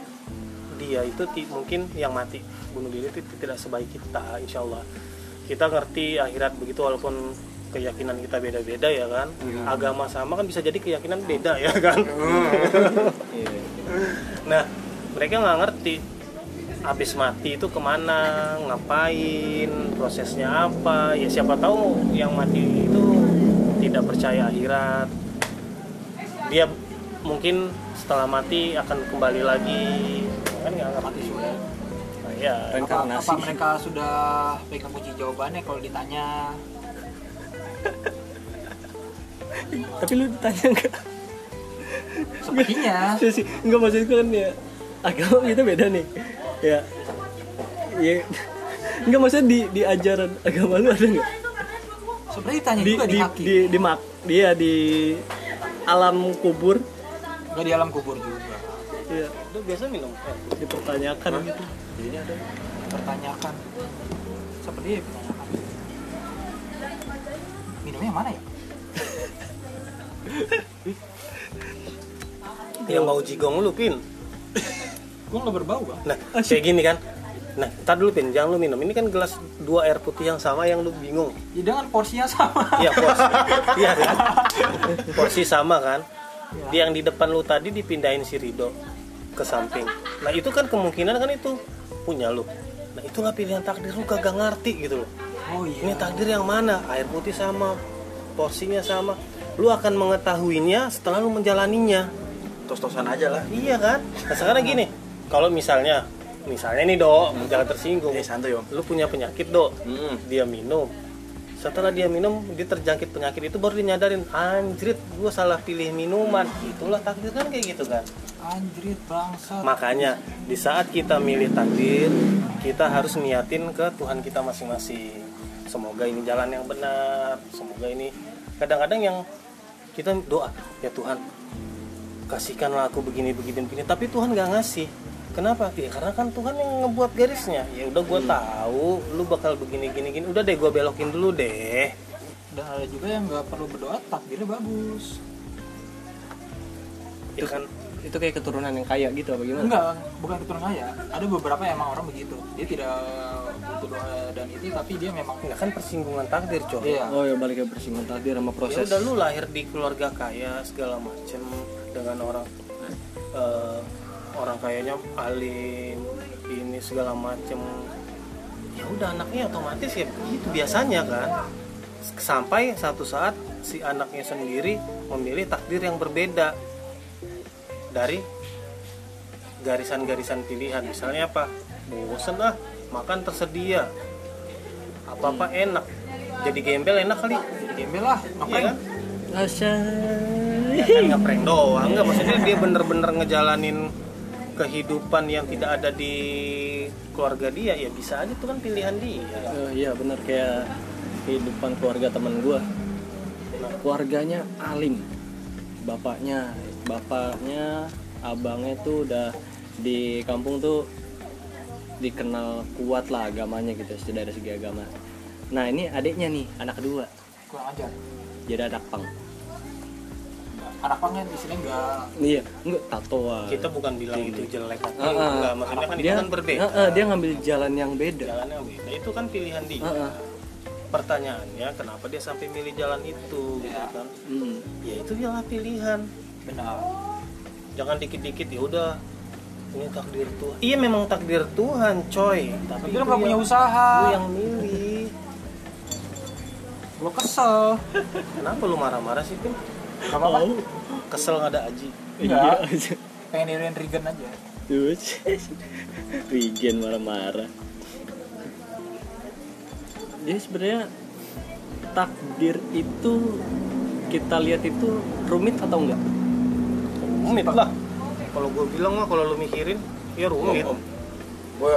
dia itu ti- mungkin yang mati bunuh diri itu tidak sebaik kita insya Allah kita ngerti akhirat begitu walaupun keyakinan kita beda-beda ya kan agama sama kan bisa jadi keyakinan beda ya kan nah mereka nggak ngerti habis mati itu kemana ngapain prosesnya apa ya siapa tahu yang mati itu tidak percaya akhirat dia mungkin setelah mati akan kembali lagi kan nggak nggak mati sudah Nah, ya
Apa,
reinkarnasi
apa mereka sudah pegang kunci jawabannya kalau ditanya
tapi lu ditanya enggak
sepertinya
Iya sih enggak maksud gue kan ya agama kita beda nih ya ya enggak maksudnya di di ajaran agama lu ada enggak
sebenarnya ditanya
di
juga di,
di
kaki
di di, mak- dia di alam kubur
Gak di alam kubur juga.
ya,
Itu biasa minum eh,
dipertanyakan gitu
Pertanyakan. Seperti ya pertanyakan. Minumnya yang mana ya?
yang mau jigong lu pin
Gua nggak berbau bang.
nah
Ah,
kayak gini kan nah tar dulu pin jangan lu minum ini kan gelas dua air putih yang sama yang lu bingung
Ya dengan porsinya sama.
iya porsi iya kan porsi sama kan Di yang di depan lu tadi dipindahin si Rido ke samping nah itu kan kemungkinan kan itu punya lu nah itulah pilihan takdir lu kagak ngerti gitu loh
Oh
ini
iya.
takdir yang mana air putih sama porsinya sama lu akan mengetahuinya setelah lu menjalaninya
tos-tosan aja lah
Iya kan? Nah, sekarang gini, kalau misalnya, misalnya nih dok, jangan tersinggung.
eh santuy om Hmm.
Lu punya penyakit dok,
Mm-mm.
dia minum. Setelah dia minum, dia terjangkit penyakit itu baru dia nyadarin, anjrit, gua salah pilih minuman.
Hmm.
Itulah takdir kan kayak gitu kan.
Anjrit bangsa.
Makanya di saat kita milih takdir, kita harus niatin ke Tuhan kita masing-masing. Semoga ini jalan yang benar. Semoga ini kadang-kadang yang kita doa ya Tuhan kasihkanlah aku begini begini begini tapi Tuhan nggak ngasih kenapa ya karena kan Tuhan yang ngebuat garisnya ya udah gue tahu lu bakal begini gini gini udah deh gue belokin dulu deh
Dan ada juga yang nggak perlu berdoa takdirnya bagus.
ya kan
itu kayak keturunan yang kaya gitu apa gimana
Enggak, bukan keturunan saya. Ada beberapa yang emang orang begitu. Dia tidak butuh doa dan itu, tapi dia memang
nggak kan persinggungan takdir coy
Iya.
oh ya balik ke persinggungan tadi sama
ya
proses
udah lu lahir di keluarga kaya segala macem dengan orang eh, orang kayanya alim ini segala macem ya udah anaknya otomatis ya begitu biasanya kan sampai satu saat si anaknya sendiri memilih takdir yang berbeda dari garisan-garisan pilihan misalnya apa bosen ah makan tersedia apa apa enak jadi gembel enak kali
Jadi gembel lah,
Iya
ngapain?
kan?
Asyik.
Ya kan ngeprank doang nggak maksudnya dia bener-bener ngejalanin kehidupan yang tidak ada di keluarga dia ya bisa aja itu kan pilihan dia
Eh, iya bener kayak kehidupan keluarga teman gua keluarganya alim bapaknya bapaknya abangnya tuh udah di kampung tuh dikenal kuat lah agamanya gitu dari segi agama nah ini adiknya nih anak kedua
Kurang ajar.
jadi anak pang
Anak pang kan di sini enggak
iya enggak tatoan
kita bukan bilang itu jelek atau
Ah, ah.
enggak maksudnya Gitu, kan itu
dia,
kan berbeda
ah, ah, dia ngambil jalan yang beda
jalannya beda itu kan pilihan dia
Ah, ah.
pertanyaannya kenapa dia sampai milih jalan itu gitu kan
Hmm.
ya itu jalan pilihan
benar.
jangan dikit-dikit ya udah ini takdir Tuhan iya memang takdir Tuhan coy tapi
Tapi lu
itu
nggak punya
yang-
usaha.
lu yang milih
Gua kesel.
Kenapa lu marah-marah sih, Pin?
Gak apa-apa.
Oh,
Kesel nggak ada Aji.
Enggak.
aja
Pengen niruin Regen aja.
Terus Regen marah-marah Jadi sebenarnya Takdir itu Kita lihat itu rumit atau enggak?
Rumit lah. Kalau gue bilang mah kalau lu mikirin, ya rumit.
om gue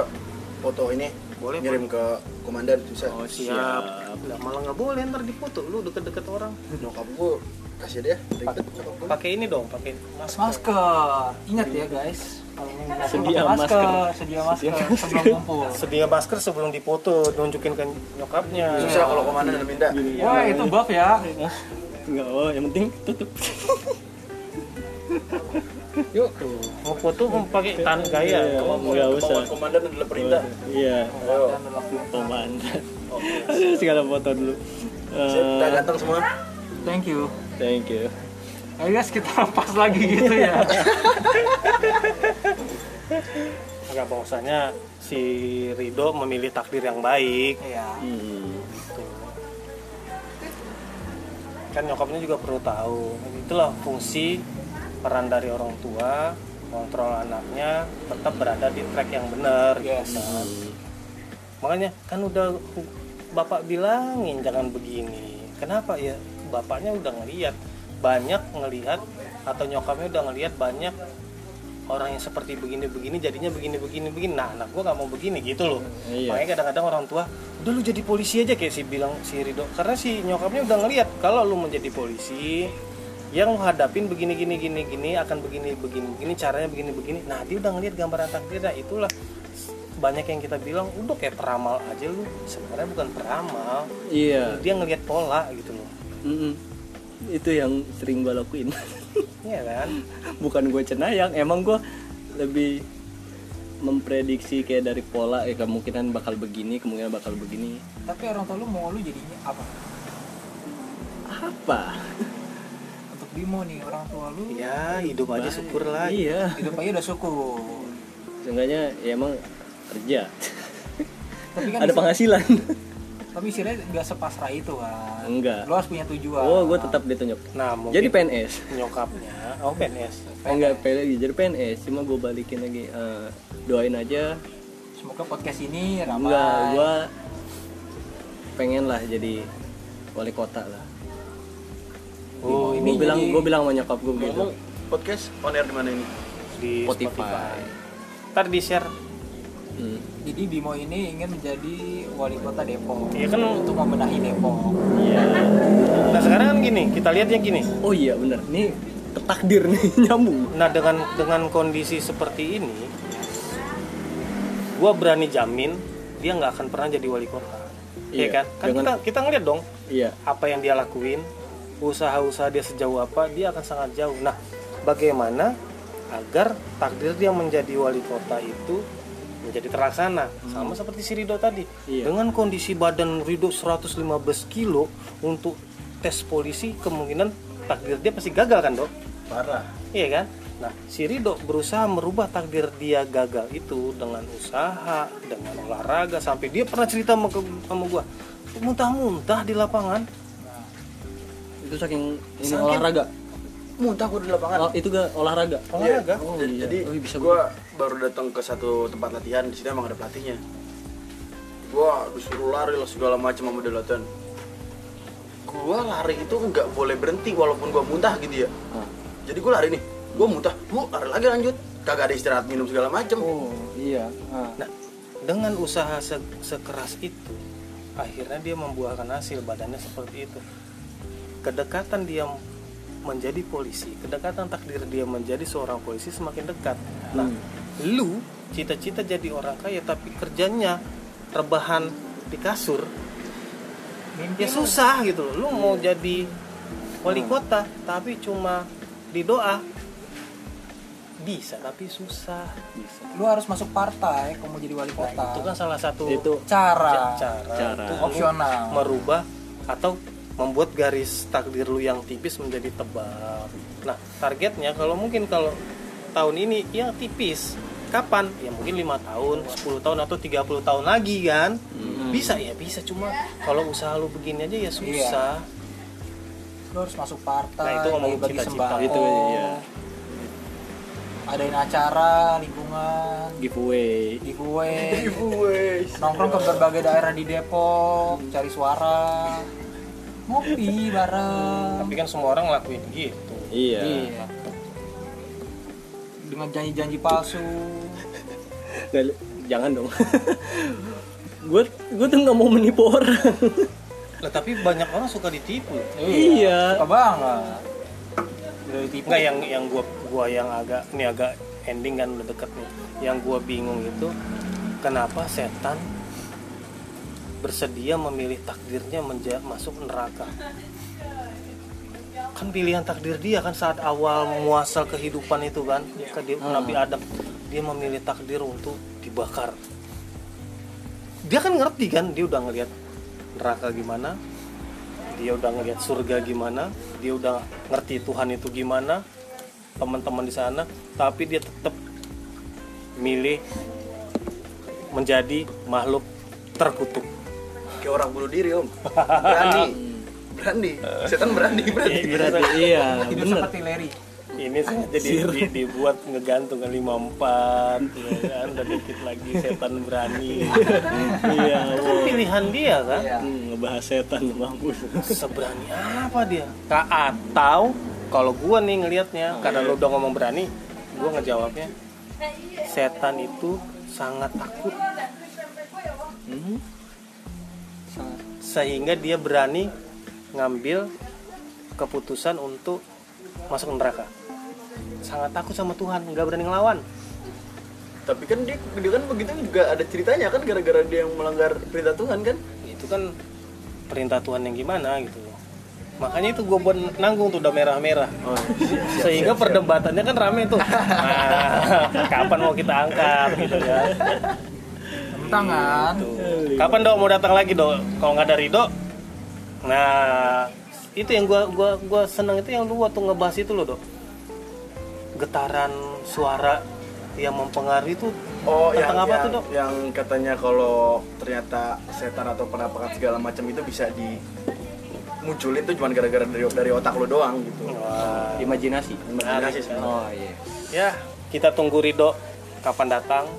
foto ini
Boleh,
ngirim ke komandan bisa
siap. Lah malah nggak boleh ntar dipoto lu deket-deket orang.
nyokap gue kasih dia ribet nyokap gue
Pakai ini dong, pakai masker.
Masker. Ingat ya guys. Kalau mau ngumpul,
Sedia
pakai
masker.
Sedia
Sedia
masker sebelum kumpul.
Sedia masker sebelum dipoto, nunjukin ke nyokapnya.
susah kalau komandan udah minta
Iya.
Wah itu buff ya.
Enggak, oh, yang penting tutup
Yuk.
Mau foto mau pakai tan gaya.
Iya, Enggak usah
Kemauan komandan adalah perintah
Iya,
ayo
Dan lelaki.
komandan Aduh, segala foto dulu
Sip,
Eh,
kita ganteng semua
Thank you.
Thank you
Ayo guys kita lepas lagi gitu ya.
Agak bahwasanya si Rido memilih takdir yang baik.
Iya.
Hmm.
Kan nyokapnya juga perlu tahu. Itulah fungsi peran dari orang tua kontrol anaknya tetap berada di track yang benar Nah,
Yes.
makanya kan udah bapak bilangin jangan begini kenapa ya bapaknya udah ngelihat banyak ngelihat atau nyokapnya udah ngelihat banyak orang yang seperti begini begini jadinya begini begini begini nah anak gua nggak mau begini gitu loh
Iya.
makanya kadang-kadang orang tua udah lu jadi polisi aja kayak si bilang si Rido karena si nyokapnya udah ngeliat kalau lu menjadi polisi yang lu hadapin begini gini gini gini akan begini begini begini caranya begini begini nah dia udah ngeliat gambaran takdirnya itulah banyak yang kita bilang udah kayak peramal aja lu sebenarnya bukan peramal
Iya.
dia ngelihat pola gitu loh
Mm-mm. Itu yang sering gue lakuin.
iya kan
Bukan gue cenayang, emang gue lebih memprediksi kayak dari pola ya kemungkinan bakal begini, kemungkinan bakal begini.
tapi orang tua lu mau lu jadinya apa
Apa?
untuk Bimo nih orang tua lu
ya hidup aja syukur lah
Iya.
hidup aja udah syukur
Seenggaknya ya emang kerja.
tapi kan
Ada
bisa-
penghasilan.
tapi sirnya nggak sepasrah itu kan
Enggak.
lu harus punya tujuan
Oh, gue tetap ditunjuk.
nah mungkin
Jadi PNS.
nyokapnya oh PNS
Oh, enggak PNS, jadi PNS. Cuma gue balikin lagi. eh, doain aja.
semoga podcast ini ramai
Enggak, gue pengen lah jadi wali kota lah.
oh
Gue bilang, gue bilang sama nyokap gue gitu.
podcast on air di mana ini?
di
Spotify.
ntar di share
Hmm.
jadi Bimo ini ingin menjadi wali kota Depok
Iya kan.
untuk membenahi Depok
nah sekarang kan gini kita lihatnya gini
Oh iya bener, ini ketakdir nih nyambung.
nah dengan dengan kondisi seperti ini gua berani jamin dia nggak akan pernah jadi wali kota
Iya,
iya kan kan
dengan-
kita kita ngeliat dong
Iya.
apa yang dia lakuin, usaha-usaha dia sejauh apa, dia akan sangat jauh. Nah, bagaimana agar takdir dia menjadi wali kota itu menjadi terlaksana sama seperti si Rido tadi
Iya.
dengan kondisi badan Rido 115 kilo untuk tes polisi kemungkinan takdir dia pasti gagal kan dok
Parah.
Iya kan? Nah, si Rido berusaha merubah takdir dia gagal itu dengan usaha, dengan olahraga sampai dia pernah cerita sama, ke- sama gua, muntah-muntah di lapangan.
Itu saking ini olahraga.
muntah gue di lapangan
Oh, itu gak olahraga.
Olahraga.
Oh,
jadi,
iya.
jadi
Oh, bisa
gue baru datang ke satu tempat latihan di sini emang ada pelatihnya gue disuruh lari lah segala macam sama dia latihan gue lari itu nggak boleh berhenti walaupun gue muntah gitu ya
Ah.
jadi gue lari nih gue muntah gue lari lagi lanjut kagak ada istirahat minum segala macam
oh iya Ah.
Nah, dengan usaha se- sekeras itu, akhirnya dia membuahkan hasil badannya seperti itu. Kedekatan dia menjadi polisi, kedekatan takdir dia menjadi seorang polisi semakin dekat. Nah, lu cita-cita jadi orang kaya tapi kerjanya rebahan di kasur,
mimpi
ya susah gitu loh. Lu mau jadi wali kota tapi cuma di doa bisa tapi susah bisa.
lu harus masuk partai kalau mau jadi wali kota
Itu kan salah satu
Itu
cara,
cara,
Cara.
untuk
Opsional.
merubah atau membuat garis takdir lu yang tipis menjadi tebal. Nah, targetnya kalau mungkin kalau tahun ini ya tipis. Kapan? Ya mungkin lima tahun, 10 tahun atau 30 tahun lagi kan. Bisa ya, bisa cuma kalau usaha lu begini aja ya susah.
lu harus masuk
Nah,
partai
itu ngomongin
bagi-bagi
cita-cita.
sembako,
Itu, iya.
adain acara lingkungan
giveaway.
giveaway nongkrong ke berbagai daerah di Depok cari suara ngopi bareng
Tapi kan semua orang ngelakuin gitu.
Iya.
Iya. dengan janji-janji palsu
Nggak- jangan dong. gue gue tuh nggak mau menipu orang.
Lah tapi banyak orang suka ditipu.
Iya.
suka banget Dari tipe
Enggak yang yang gua gua yang agak ini agak ending kan udah deket nih. Yang gua bingung itu kenapa setan bersedia memilih takdirnya menja- masuk neraka. Kan pilihan takdir dia kan saat awal muasal kehidupan itu kan ke dia- Nabi Adam dia memilih takdir untuk dibakar. Dia kan ngerti kan dia udah ngelihat neraka gimana, dia udah ngelihat surga gimana, dia udah ngerti Tuhan itu gimana, teman-teman di sana, tapi dia tetap milih menjadi makhluk terkutuk.
kayak orang bunuh diri om berani berani setan berani berani
Berarti iya,
hidup
bener.
seperti Larry
Ini sengaja di, di- dibuat ngegantung ke 54 ya kan, udah dikit lagi setan berani.
Iya.
Itu kan pilihan dia kan.
Iya.
Hmm, ngebahas setan mampus.
Seberani apa dia? Ka atau kalau gua nih ngelihatnya, karena lu udah ngomong berani, gue ngejawabnya setan itu sangat takut Hmm?
sangat
sehingga dia berani ngambil keputusan untuk masuk neraka sangat takut sama Tuhan nggak berani ngelawan
Tapi kan dia, dia kan begitu juga ada ceritanya kan gara-gara dia yang melanggar perintah Tuhan kan?
itu kan perintah Tuhan yang gimana gitu makanya itu gue buat nanggung tuh udah merah-merah sehingga perdebatannya kan rame tuh nah, kapan mau kita angkat gitu ya
tangan
Tuh. kapan dok mau datang lagi dok kalau nggak dari dok nah itu yang gue gua gua seneng itu yang lu waktu ngebahas itu loh dok getaran suara yang mempengaruhi itu
Oh, yang,
tentang apa
yang,
tuh dok
yang katanya kalau ternyata setan atau penampakan segala macam itu bisa dimunculin tuh cuma gara-gara dari, dari otak lo doang gitu.
Oh, Wah.
Imajinasi.
Imajinasi sebenarnya.
Oh iya.
Nah, ya kita tunggu Ridho kapan datang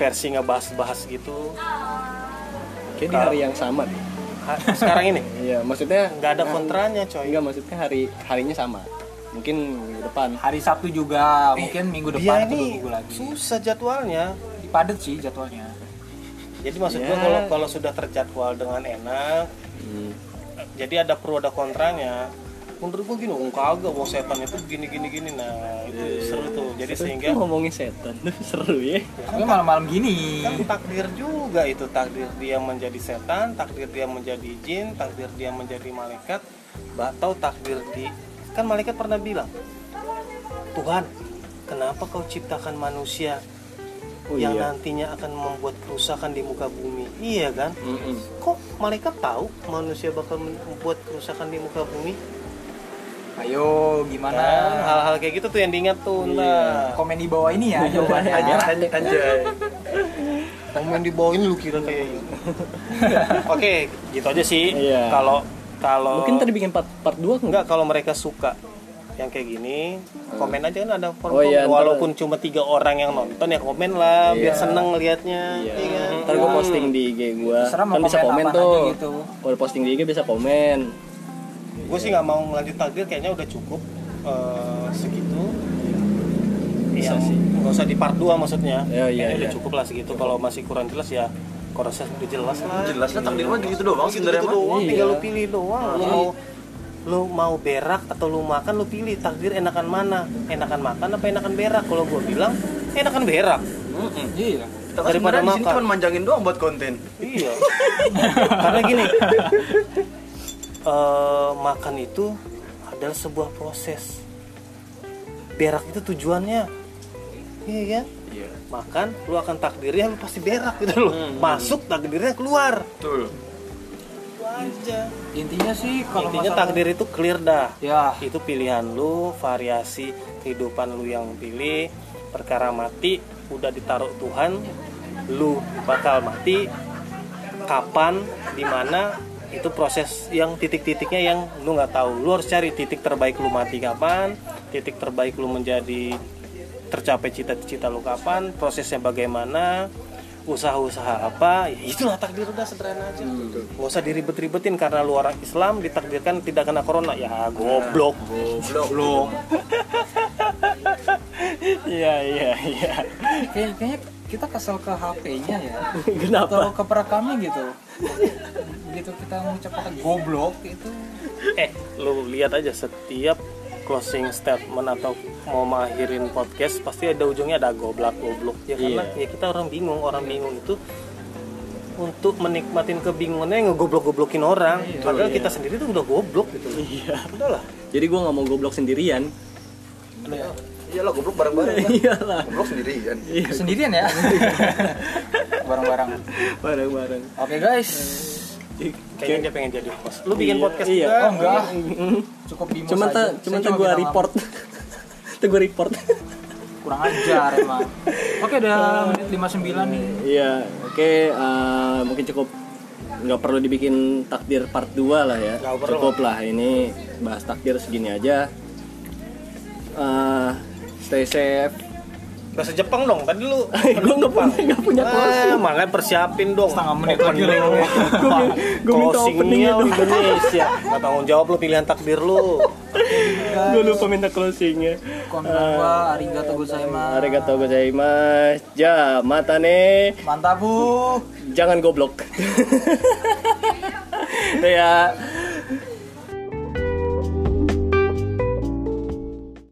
versi ngebahas-bahas gitu
Kayak di hari yang sama deh.
Ha- sekarang ini
Iya, maksudnya
nggak ada kontranya coy
Enggak maksudnya hari harinya sama. Mungkin minggu depan.
hari Sabtu juga
Eh,
mungkin minggu
iya
dia
depan atau dua
ini
minggu lagi
susah jadwalnya
padat sih jadwalnya
jadi maksud gua
Ya.
kalau kalau sudah terjadwal dengan enak
Hmm.
jadi ada pro ada kontranya menurut gua gini oh kagak mau setan itu gini gini gini nah itu seru tuh jadi sehingga
Itu ngomongin setan seru ya.
tapi malam-malam gini
kan takdir juga itu takdir dia menjadi setan takdir dia menjadi jin takdir dia menjadi malaikat atau takdir di kan malaikat pernah bilang Tuhan kenapa kau ciptakan manusia
Oh
yang
iya.
nantinya akan membuat kerusakan di muka bumi iya kan kok malaikat tahu manusia bakal men- membuat kerusakan di muka bumi
ayo
Nah,
gimana
hal-hal kayak gitu tuh yang diingat tuh
Iya.
nah. ntar
komen di bawah ini ya jawabannya
Anjay, anjay.
komen di bawah ini lu kira kayak gitu oke gitu aja sih
Iya.
kalau kalau
Mungkin tadi bikin part part 2 enggak?
enggak kalau mereka suka yang kayak gini komen aja kan ada forum
Oh iya, ntar-
walaupun cuma tiga orang yang nonton ya komen lah biar seneng liatnya
Iya.
iya kan?
Ntar gue posting di IG gue
Terserah mau
Kan bisa
komen
komen
apaan
tuh
aja gitu.
Kalau posting di IG bisa komen
gue sih nggak mau ngelanjut takdir kayaknya udah cukup eh, segitu
Bisa Iya
Yang-
sih.
nggak usah di part 2 maksudnya
Ya, iya,
Kayaknya udah
iya.
cukup lah segitu kalau masih kurang jelas ya korosnya udah jelas lah
Jelasnya takdir mah gitu doang
gitu
sebenarnya Iya. mah.
doang
Iya.
tinggal lu pilih doang lu mau lu mau berak atau lu makan lu pilih takdir enakan mana enakan makan apa enakan berak kalau gue bilang enakan berak
Mm-mm.
iya
Kita kan
Daripada
sebenarnya di sini
makan.
cuma manjangin doang buat konten.
iya karena gini eh, makan itu adalah sebuah proses berak itu tujuannya iya kan
Iya.
makan lu akan takdirnya lu pasti berak gitu loh
Hmm.
masuk takdirnya keluar
Betul.
Itu aja
intinya sih kalau
intinya
masalah-
takdir itu clear dah
ya
itu pilihan lu variasi kehidupan lu yang pilih perkara mati udah ditaruh Tuhan lu bakal mati kapan di mana itu proses yang titik-titiknya yang lu nggak tahu lu harus cari titik terbaik lu mati kapan titik terbaik lu menjadi tercapai cita-cita lu kapan prosesnya bagaimana usaha-usaha apa ya itulah takdir udah sederhana aja nggak usah diribet-ribetin karena lu orang Islam ditakdirkan tidak kena corona ya goblok
Goblok.
Iya iya iya
kayak- kayaknya kita kesel ke HP-nya ya
Kenapa?
atau ke perekamnya gitu gitu kita ngucap kata goblok gitu. itu
eh lu lihat aja setiap closing statement atau mau mengakhirin podcast pasti ada ujungnya ada goblok goblok ya karena
Iya.
ya kita orang bingung orang bingung itu untuk menikmatin kebingungannya ngegoblok-goblokin orang
Iya.
padahal kita sendiri tuh udah goblok gitu loh iya. udahlah
Jadi gue nggak mau goblok sendirian
Iyalah goblok bareng-bareng.
Iya.
Iya
Iya.
lah.
Iyalah
Goblok sendirian.
sendirian ya bareng-bareng
Bareng-bareng
oke guys
kayaknya dia pengen jadi host lu bikin
Iya,
podcast
iya.
juga
oh enggak cukup bimo
Cuman
saja.
tak
Saya
cuman tak gue
bilang,
report Tuh gue report
kurang ajar emang Iya. oke udah menit 59 nih
Iya oke eh, mungkin cukup nggak perlu dibikin takdir part 2 lah ya
Nggak perlu.
cukup lah ini bahas takdir segini aja Eh, stay safe
Bahasa Jepang dong, tadi lu
gue nggak punya nggak punya closing.
Ah, makanya persiapin dong.
Setengah menit lagi
Opening.
lah.
Gua min- gua minta openingnya
Closingnya
dong.
Indonesia. Gak tanggung jawab lu pilihan takdir lu.
Gue lupa minta closingnya.
Konbanwa, arigato
Eh,
gozaimasu.
Arigatou gozaimasu. Ja, Ya, mata nih.
Mantap, Bu.
jangan goblok. ya